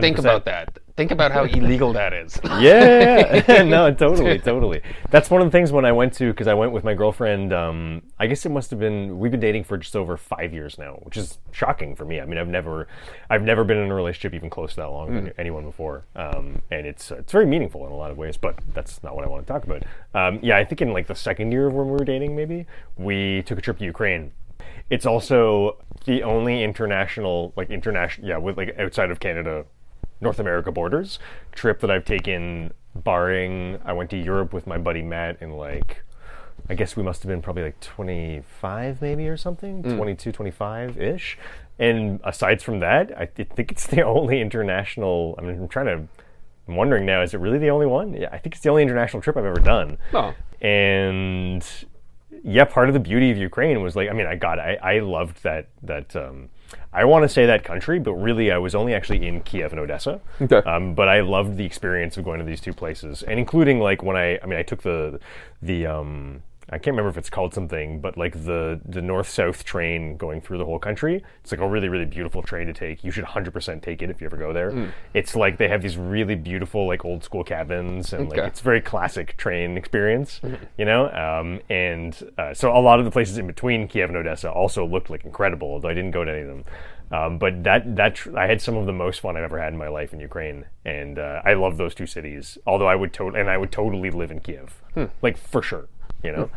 Think 100%. about that. Think about how illegal that <laughs> is. <laughs> yeah, yeah. no, totally, totally. That's one of the things when I went to because I went with my girlfriend. Um, I guess it must have been we've been dating for just over five years now, which is shocking for me. I mean, I've never, I've never been in a relationship even close to that long with anyone before, um, and it's uh, it's very meaningful in a lot of ways. But that's not what I want to talk about. Um, yeah, I think in like the second year of when we were dating, maybe we took a trip to Ukraine. It's also the only international, like international, yeah, with like outside of Canada North America borders trip that I've taken, barring I went to Europe with my buddy Matt in like, I guess we must have been probably like 25 maybe or something, 22, 25 ish. And aside from that, I th- think it's the <laughs> only international. I mean, I'm trying to. I'm wondering now, is it really the only one? Yeah, I think it's the only international trip I've ever done Oh. and yeah, part of the beauty of Ukraine was like, I mean, I got, I, I loved that that um, I want to say that country, but really I was only actually in Kiev and Odessa. Okay. Um, but I loved the experience of going to these two places, and including like when I, I mean, I took the the um, I can't remember if it's called something, but like the the north south train going through the whole country. It's like a really really beautiful train to take. You should 100% take it if you ever go there. It's like they have these really beautiful like old school cabins, and Okay. like it's very classic train experience, you know. Um, and uh, so a lot of the places in between Kiev and Odessa also looked like incredible, although I didn't go to any of them. Um, but that that tr- I had some of the most fun I've ever had in my life in Ukraine, and uh, I love those two cities. Although I would totally and I would totally live in Kiev, like for sure, you know.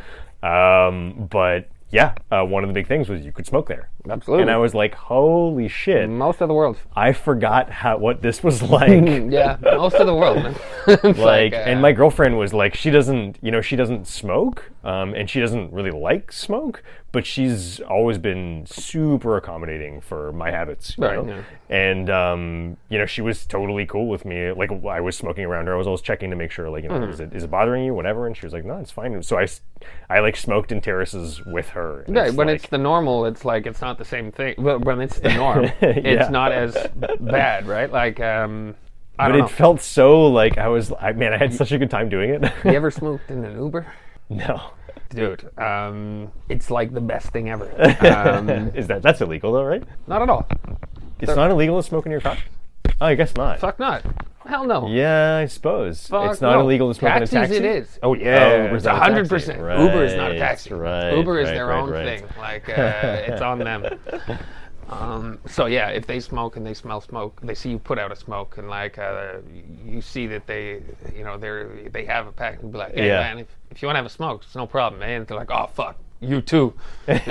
Um, but yeah, uh, one of the big things was you could smoke there, Absolutely. Mm. and I was like, holy shit. Most of the world. I forgot how what this was <laughs> like Yeah, most of the world. man. <laughs> It's like uh, and my girlfriend was like she doesn't you know she doesn't smoke um, and she doesn't really like smoke but she's always been super accommodating for my habits you Right, know? and um, you know she was totally cool with me like i was smoking around her i was always checking to make sure like you Mm-hmm. know is, it, is it bothering you whatever and she was like no it's fine so i s- I, like smoked in terraces with her and uh, Right, when like- it's the normal, it's like it's not the same thing. But when it's the <laughs> norm, it's not as bad, right? Like, um, I but don't it know. felt so like i was I, man i had such a good time doing you it <laughs> ever smoked in an Uber, <laughs> no dude? Um, it's like the best thing <laughs> ever. Um, is that that's illegal though right not at all. It's not illegal to smoke in your car? Oh, I guess not. Fuck not. Hell no. Yeah, I suppose. Fuck it's not no. illegal to smoke Taxis in a taxi. It is. Oh, yeah. It's a hundred percent. Uber is not a taxi. Right, Uber is right, their right, own right. thing. <laughs> Like uh, it's on them. Um, so yeah, if they smoke and they smell smoke, they see you put out a smoke, and like uh, you see that they, you know, they they have a pack and be like, hey Yeah. man, if, if you want to have a smoke, it's no problem, man. they're like, oh fuck, you <laughs> too. yeah. <laughs>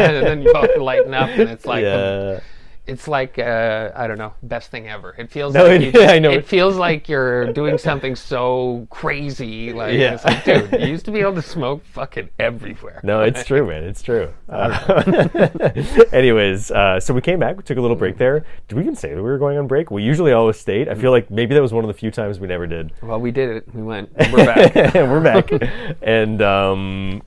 and then you both lighten up, and it's like um, the- yeah. it's like uh, I don't know, best thing ever. It feels No, like it- you- <laughs> I know It it. feels like you're doing something so crazy. Like, Yeah. it's like, dude, you used to be able to smoke fucking everywhere. <laughs> No, it's true, man. It's true. Uh, <laughs> anyways, uh, so we came back. We took a little Mm. break there. Did we even say that we were going on break? We usually always stayed. I feel like maybe that was one of the few times we never did. Well, we did it. We went. We're back. <laughs> and we're back. and um,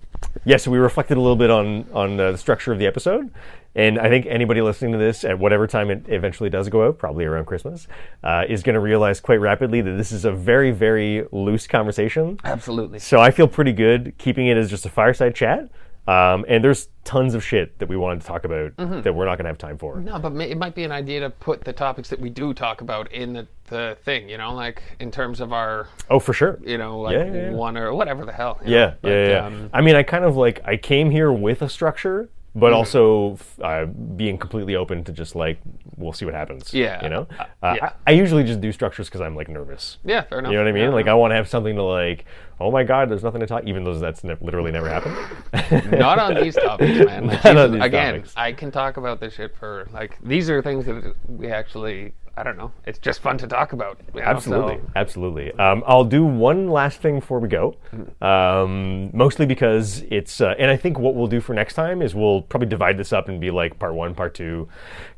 yeah, so we reflected a little bit on on uh, the structure of the episode. And I think anybody listening to this at whatever time it eventually does go out, probably around Christmas, uh, is going to realize quite rapidly that this is a very, very loose conversation. Absolutely. So I feel pretty good keeping it as just a fireside chat. Um, and there's tons of shit that we wanted to talk about that we're not going to have time for. No, but ma- it might be an idea to put the topics that we do talk about in the, the thing. You know, like in terms of our, Oh, for sure. you know, like Yeah, yeah, yeah. one or whatever the hell. you know. Yeah, But, yeah, yeah. um, I mean, I kind of like I came here with a structure, Mm. but also f- uh, being completely open to just like we'll see what happens. Yeah. you know. Uh, Uh, yeah. I, I usually just do structures because I'm like nervous. yeah, fair enough. You know what I mean? Yeah, like no. I want to have something to like. Oh my God, there's nothing to talk. Even though that's ne- literally never happened. not on these topics, <laughs> man. Like, Not on Jesus, these again, topics. I can talk about this shit for like these are things that we actually I don't know. It's just fun to talk about. you know, Absolutely, so- absolutely. Um, I'll do one last thing before we go, um, mostly because it's, uh, and I think what we'll do for next time is we'll probably divide this up and be like part one, part two,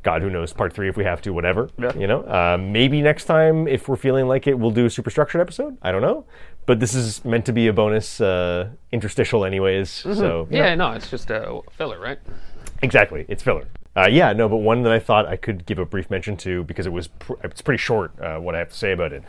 God who knows, part three if we have to, whatever. Yeah. You know, uh, maybe next time if we're feeling like it, we'll do a super structured episode. I don't know, but this is meant to be a bonus uh, interstitial, anyways. So you know. Mm-hmm. yeah, no, it's just a filler, right? Exactly, it's filler. Uh, yeah, no, but one that I thought I could give a brief mention to because it was pr- it's pretty short uh, what I have to say about it.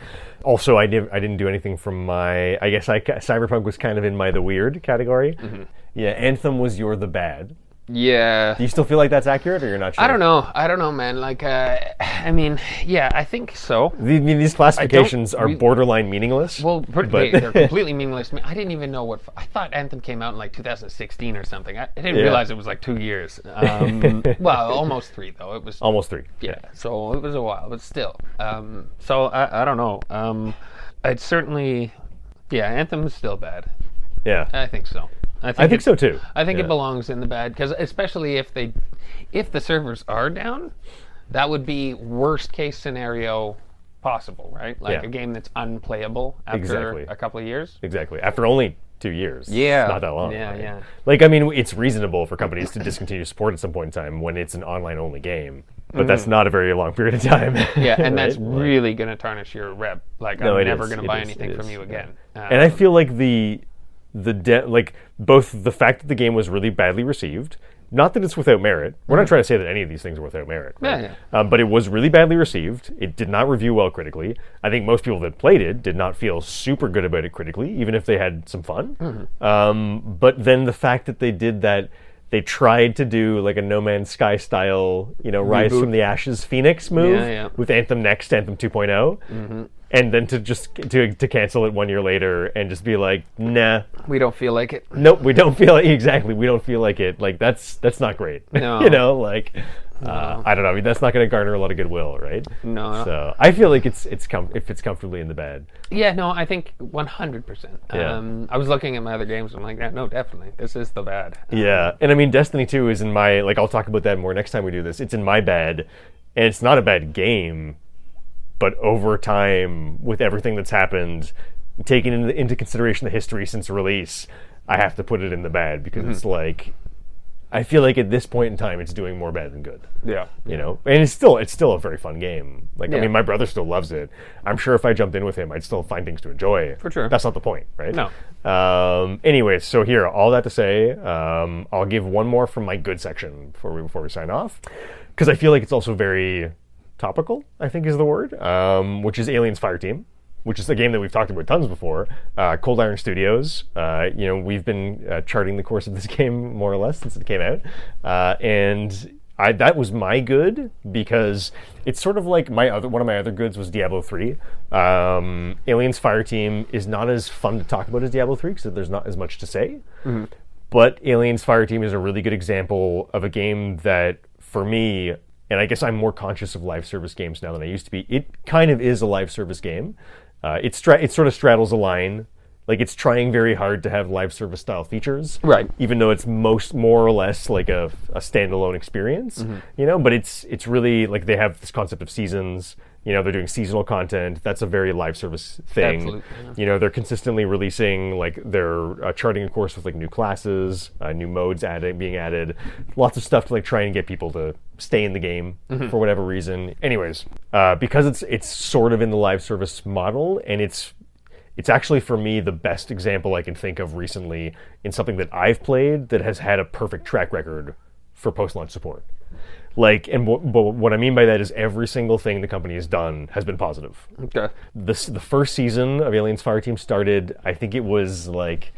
Also, I did I didn't do anything from my I guess I ca- cyberpunk was kind of in my the weird category. Mm-hmm. Yeah, Anthem was you're the bad. Yeah. Do you still feel like that's accurate, or you're not sure? I don't know. I don't know, man. Like, uh, I mean, yeah, I think so. The- I mean, these classifications are we- borderline meaningless. Well, per- but- they, are <laughs> completely meaningless. I mean, I didn't even know what. I thought Anthem came out in like 2016 or something. I, I didn't Yeah. realize it was like two years. <laughs> Um, well, almost three though. It was almost three. yeah so it was a while but still um, so I, I don't know um, it's certainly yeah anthem is still bad yeah. i think so i think, I think it- so too. Uh, i think Yeah. it belongs in the bad because especially if they if the servers are down that would be worst case scenario possible right like Yeah. a game that's unplayable after Exactly. a couple of <laughs> years Exactly. After only two years. Yeah. It's not that long. Yeah, yeah. Like, I mean, it's reasonable for companies to discontinue support at some point in time when it's an online only game, but that's not a very long period of time. Mm. yeah <laughs> and that's Right? really going to tarnish your rep like No, i'm it never is. going to It buy is. anything It from is. you again Uh, and I feel like the the de- like both the fact that the game was really badly received, Not that it's without merit. We're not trying to say that any of these things are without merit. right? Mm. Yeah, Um, but it was really badly received. It did not review well critically. I think most people that played it did not feel super good about it critically, even if they had some fun. Mm. Um, but then the fact that they did that, they tried to do like a No Man's Sky style, you know, Rise from the Ashes Phoenix move Yeah, Mm-hmm. yeah. with Anthem Next, Anthem 2.0. And then to just to, to cancel it one year later and just be like, nah, We don't feel like it. nope, we don't feel <laughs> like, exactly. We don't feel like it. Like that's that's not great. <laughs> No. you know, like uh, I don't know. I mean, that's not going to garner a lot of goodwill, right? No. So I feel like it's it's com- if it's comfortably in the bed. Yeah, no, I think 100%. Yeah. Um, I was looking at my other games. I'm like, yeah, no, definitely. This is the bad. Yeah, and I mean, Destiny Two is in my like. I'll talk about that more next time we do this. It's in my bed, and it's not a bad game, but over time, with everything that's happened, taking into, into consideration the history since release, I have to put it in the bad because it's like, I feel like at this point in time, it's doing more bad than good. Yeah. you know and it's still it's still a very fun game like i Yeah. mean my brother still loves it i'm sure if i jumped in with him i'd still find things to enjoy For sure. that's not the point right No. um anyways so here all that to say um i'll give one more from my good section before we before we sign off because i feel like it's also very topical i think is the word um which is aliens fire team which is a game that we've talked about tons before. Uh, Cold Iron Studios. Uh, you know, we've been uh, charting the course of this <laughs> game more or less since it came out, uh, and I, that was my good because it's sort of like my other one of my other goods was Diablo three. Um, Aliens Fire Team is not as fun to talk about as Diablo three because there's not as much to say. But Aliens Fireteam is a really good example of a game that, for me, and I guess I'm more conscious of live service games now than I used to be. It kind of is a live service game. Uh, it stra- it sort of straddles a line, like it's trying very hard to have live service style features, Right. Even though it's most more or less like a, a standalone experience, Mm-hmm. you know. But it's it's really like they have this concept of seasons. You know, they're doing seasonal content. That's a very live service thing Absolutely, yeah. you know they're consistently releasing like they're uh, charting a course with like new classes uh, new modes added being added lots of stuff to like try and get people to stay in the game Mm-hmm. for whatever reason anyways uh, because it's it's sort of in the live service model and it's it's actually for me the best example i can think of recently in something that i've played that has had a perfect track record for post launch support like and wh- but what i mean by that is every single thing the company has done has been positive Okay. the the first season of Aliens Fireteam started. I think it was like,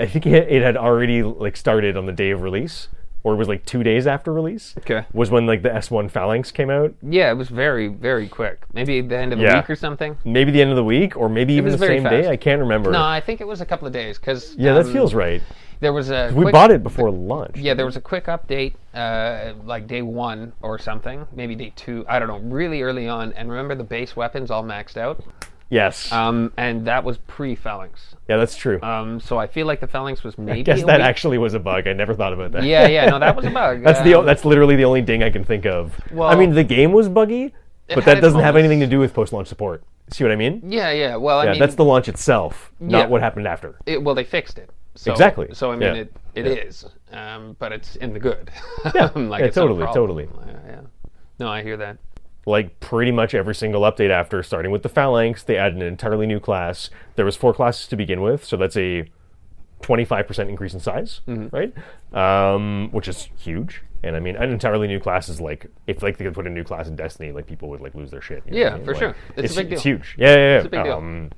I think it, it had already like started on the day of release, or it was like two days after release. Okay. was when like the S one Phalanx came out. Yeah, it was very, very quick. Maybe the end of the Yeah. week or something. Maybe the end of the week, or maybe even was the very same fast. day. I can't remember. No, I think it was a couple of days because yeah, that feels right. There was a We quick- bought it before launch. Yeah, there was a quick update, uh, like day one or something, maybe day two. I don't know, really early on. And remember the base weapons all maxed out, Yes. um, and that was pre-phalanx. yeah, that's true. Um, so I feel like the phalanx was maybe. Guess a that week- actually was a bug. I never thought about that. Yeah, yeah, no, that was a bug. <laughs> That's the o- Um, that's literally the only ding I can think of. I Well- mean, the game was buggy, but had that its doesn't have moments. anything to do with post launch support. See what I mean? yeah, yeah. Well, I Yeah, mean, that's the launch itself, not Yeah. what happened after. it, well, they fixed it. So, Exactly. So I mean, Yeah. it it is, um, but it's in the good. <laughs> like, yeah, it's not a totally, problem. totally. Yeah, yeah. No, I hear that. Like pretty much every single update after, starting with the Phalanx, they added an entirely new class. There was four classes to begin with, so that's a 25% increase in size, Mm-hmm. right? Um, which is huge. And I mean, an entirely new class is like if like they could put a new class in Destiny, like people would like lose their shit. you know Yeah, what I mean? for Like, sure. It's a big It's deal. huge. Yeah, yeah, yeah. It's a big deal. Um,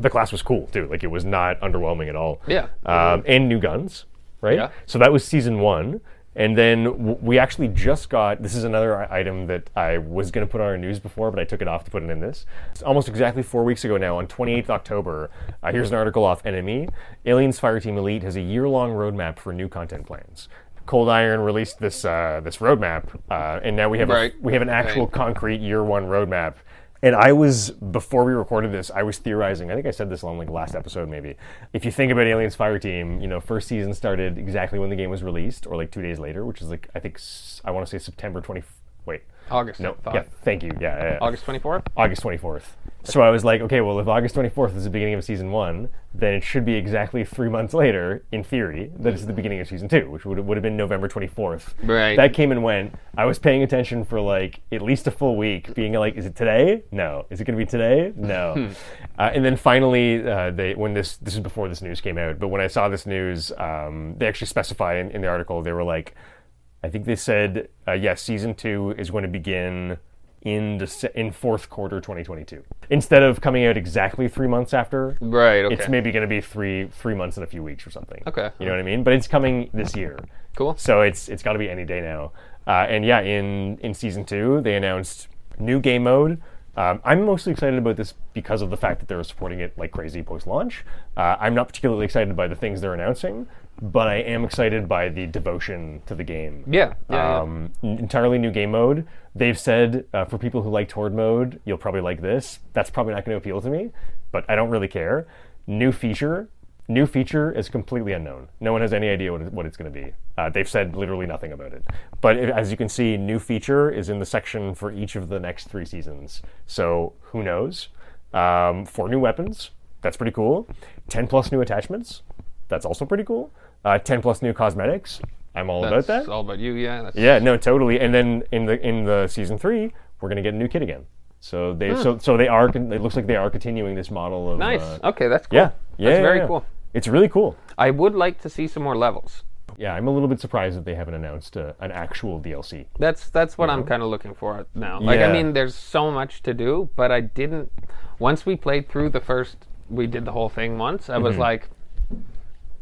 the class was cool too. Like it was not underwhelming at all. Yeah. Um, and new guns, right? Mm-hmm. Yeah. So that was season one. And then w- we actually just got this is another i- item that I was going to put on our news before, but I took it off to put it in this. It's almost exactly four weeks ago now, on 28th October. Uh, here's an article off NME Aliens Fireteam Elite has a year long roadmap for new content plans. Cold Iron released this uh, this roadmap, uh, and now we have a- Right. we have an actual Right. concrete year one roadmap. And I was before we recorded this, I was theorizing. I think I said this on like last episode, maybe. If you think about Aliens Fireteam, you know, first season started exactly when the game was released, or like two days later, which is like I think s- I want to say September twenty Wait. August. No. I thought. Yeah. Thank you. Yeah. yeah, yeah. Oh, August 24th? August 24th. So I was like, okay, well, if August 24th is the beginning of season one, then it should be exactly three months later, in theory, that it's the beginning of season two, which would, would have been November 24th. Right. That came and went. I was paying attention for like at least a full week, being like, is it today? No. Is it going to be today? No. uh, and then finally, uh, they when this this is before this news came out, but when I saw this news, um, they actually specify in, in the article they were like, I think they said, uh, yes, season two is going to begin in Dece- in fourth quarter 2022 instead of coming out exactly three months after. Right, okay. It's maybe going to be three three months and a few weeks or something. Okay. you know what I mean. But it's coming this year. Cool. So it's it's got to be any day now. Uh, and yeah, in in season two, they announced new game mode. Um, I'm mostly excited about this because of the fact that they're supporting it like crazy post launch. Uh, I'm not particularly excited by the things they're announcing, but I am excited by the devotion to the game Yeah. yeah, yeah. um, n- entirely new game mode. They've said uh, for people who like Horde mode, you'll probably like this. That's probably not going to appeal to me, but I don't really care. New feature, new feature is completely unknown. No one has any idea what, it- what it's going to be. Uh, they've said literally nothing about it. But i- as you can see, new feature is in the section for each of the next three seasons. So who knows? Um, four new weapons. That's pretty cool. Ten plus new attachments. That's also pretty cool. Uh, Ten plus new cosmetics. I'm all about that. It's all about you, yeah. That's, Yeah, no, totally. And then in the in the season three, we're gonna get a new kid again. So they so so they are. con- It looks like they are continuing this model of Hmm. Nice. uh, okay, that's cool. yeah, yeah, That's yeah, very yeah. cool. It's really cool. I would like to see some more levels. Yeah, I'm a little bit surprised that they haven't announced uh, an actual DLC. That's that's what I'm kind of looking for now. Like I Yeah. mean, there's so much to do, but I didn't. Once we played through the first, we did the whole thing once. I was Mm-hmm. like,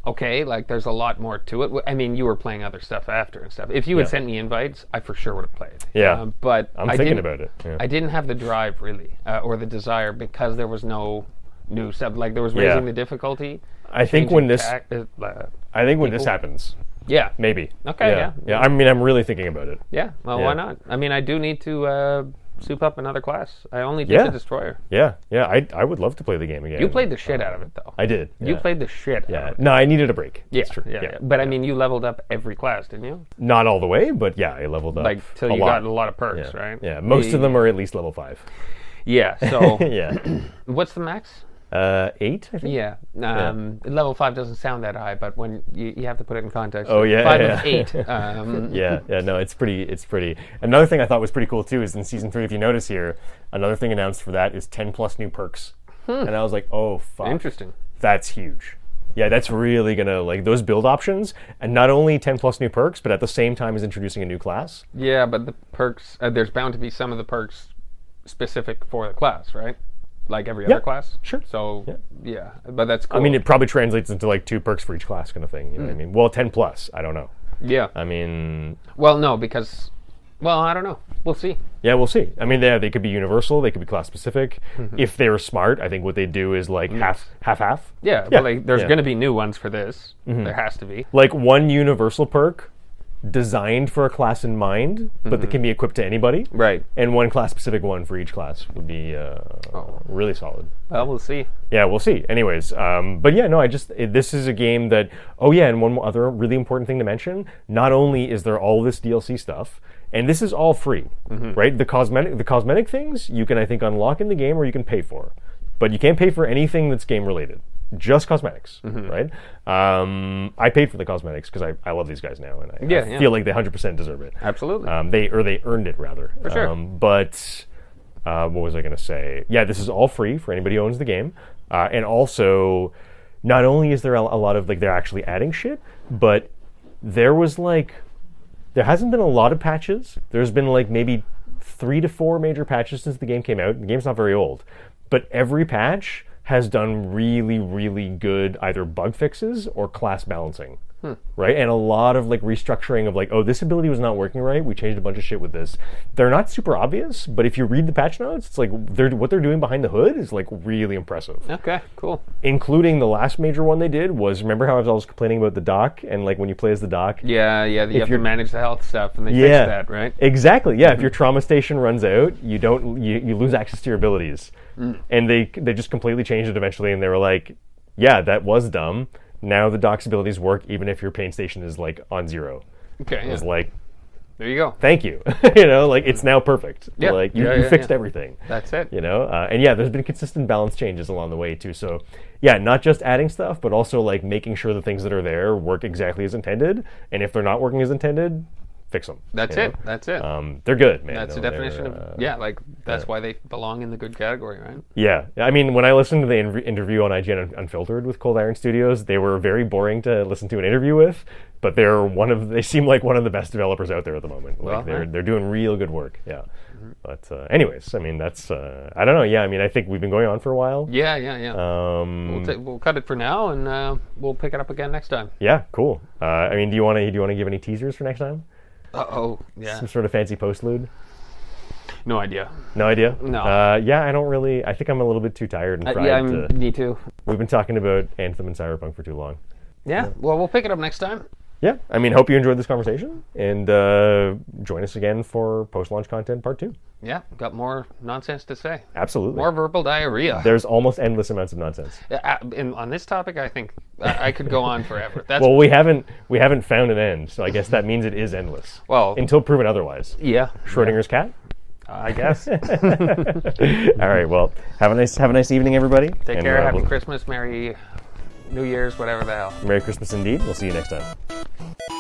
okay, like there's a lot more to it. I mean, you were playing other stuff after and stuff. If you had Yeah. sent me invites, I for sure would have played. Yeah. Um, but I'm I thinking didn't- about it. Yeah. I didn't have the drive really, uh, or the desire, because there was no new stuff. Like there was Yeah. raising the difficulty. I think changing when this tac- uh, uh, I think when this happens, yeah, maybe. Okay, yeah. yeah. I mean, I'm really thinking about it. Yeah, well, Yeah. why not? I mean, I do need to uh, soup up another class. I only did Yeah. the destroyer. Yeah, yeah. I I would love to play the game again. You played the shit out of it, though. I did. You yeah. played the shit. out Yeah. of it. No, I needed a break. Yeah, That's true. yeah, yeah. But I mean, you leveled up every class, didn't you? not all the way, but yeah, I leveled up. Like till a you got lot. a lot of perks, Yeah. right? Yeah, most Y- of them are at least level five. Yeah. So <laughs> yeah, what's the max? <clears throat> uh, eight. <clears throat> I think. Yeah. Um, Level five doesn't sound that high, but when you, you have to put it in context. Oh, yeah, Five yeah. of eight. <laughs> Um, Yeah, yeah, no, it's pretty. It's pretty. Another thing I thought was pretty cool too is in season three. If you notice here, another thing announced for that is ten plus new perks, and I was like, oh fuck, Interesting. That's huge. Yeah, that's really gonna like those build options, and not only ten plus new perks, but at the same time as introducing a new class. Yeah, but the perks. Uh, there's bound to be some of the perks specific for the class, right? Like every Yeah, other class. sure. So yeah, but that's cool. I mean, it probably translates into like two perks for each class, kind of thing. You know what I mean? Well, ten plus. I don't know. yeah. Hmm. I mean, well, no, because well, I don't know. We'll see. Yeah, we'll see. I mean, yeah, they could be universal. They could be class specific. If they were smart, I think what they do is like half, half, half. Yeah, Yeah, but like, there's yeah. Mm-hmm. going to be new ones for this. There has to be. Like one universal perk designed for a class in mind, but that can be equipped to anybody. Right. And one class specific one for each class would be uh, really solid. Well, we'll see. Yeah, we'll see. Anyways, um, but yeah, no, I just it, this is a game that. Oh yeah, and one more other really important thing to mention: not only is there all this DLC stuff, and this is all free, Mm-hmm. right? The cosmetic, the cosmetic things you can I think unlock in the game, or you can pay for, but you can't pay for anything that's game related. Just cosmetics, Mm-hmm. right? Um, I paid for the cosmetics because I, I love these guys now, and I, I Yeah, yeah. feel like they 100% deserve it. Absolutely. Um, they or they earned it rather. For sure. Um, but uh, what was I going to say? Yeah, this is all free for anybody who owns the game, uh, and also not only is there a, a lot of like they're actually adding shit, but there was like there hasn't been a lot of patches. There's been like maybe three to four major patches since the game came out. The game's not very old, but every patch has done really, really good either bug fixes or class balancing. Right? And a lot of like restructuring of like, oh, this ability was not working right. We changed a bunch of shit with this. They're not super obvious, but if you read the patch notes, it's like they're what they're doing behind the hood is like really impressive okay. Cool. including the last major one they did was remember how I was always complaining about the doc and like when you play as the doc. Yeah, yeah. You have to you're- manage the health stuff, and they Yeah. fix that, right? Mm-hmm. Exactly. Yeah. If your trauma station runs out, you don't you, you lose access to your abilities, Mm. and they they just completely changed it eventually, and they were like, yeah, that was dumb. Now the doc's abilities work even if your pain station is like on zero. Okay. It was Yeah. like, There you go. Thank you. <laughs> you know, like it's now perfect. Yeah. Like you, Yeah, you yeah, fixed yeah. everything. That's it. you know uh, and yeah there's been consistent balance changes along the way too so yeah not just adding stuff but also like making sure the things that are there work exactly as intended and if they're not working as intended fix them That's it. That's it. um, they're good man that's the though. definition They're, of uh, yeah. Like that's why they belong in the good category, right? yeah i mean when i listened to the in- interview on ign Un- unfiltered with cold iron studios they were very boring to listen to an interview with but they're one of they seem like one of the best developers out there at the moment like Well, Mm-hmm. they're right. they're doing real good work yeah but uh, anyways i mean that's uh, i don't know yeah i mean i think we've been going on for a while Yeah, yeah, yeah. um, we'll, ta- we'll cut it for now, and uh, we'll pick it up again next time. Yeah, cool. Uh, I mean, do you want to do you want to give any teasers for next time? Uh oh. Yeah. <laughs> Some sort of fancy postlude? No idea. No idea. No. Uh, yeah, I don't really. I think I'm a little bit too tired and Uh, fried. yeah, I'm, to, me too. we've been talking about Anthem and Cyberpunk for too long. Yeah. Well, we'll pick it up next time. Yeah, I mean, hope you enjoyed this conversation and uh, join us again for post-launch content part two. Yeah. Got more nonsense to say. Absolutely. More verbal diarrhea. There's almost endless amounts of nonsense. Uh, in, on this topic, I think uh, I, I could go on forever. That's Well, well. we haven't we haven't found an end, so I guess that means it is endless until proven otherwise. yeah. Schrodinger's cat. I guess. <laughs> All right. Well, have a nice have a nice evening, everybody. Take And, care. uh, Happy we'll- Christmas. Merry New Year's. Whatever the hell. Merry Christmas indeed. We'll see you next time.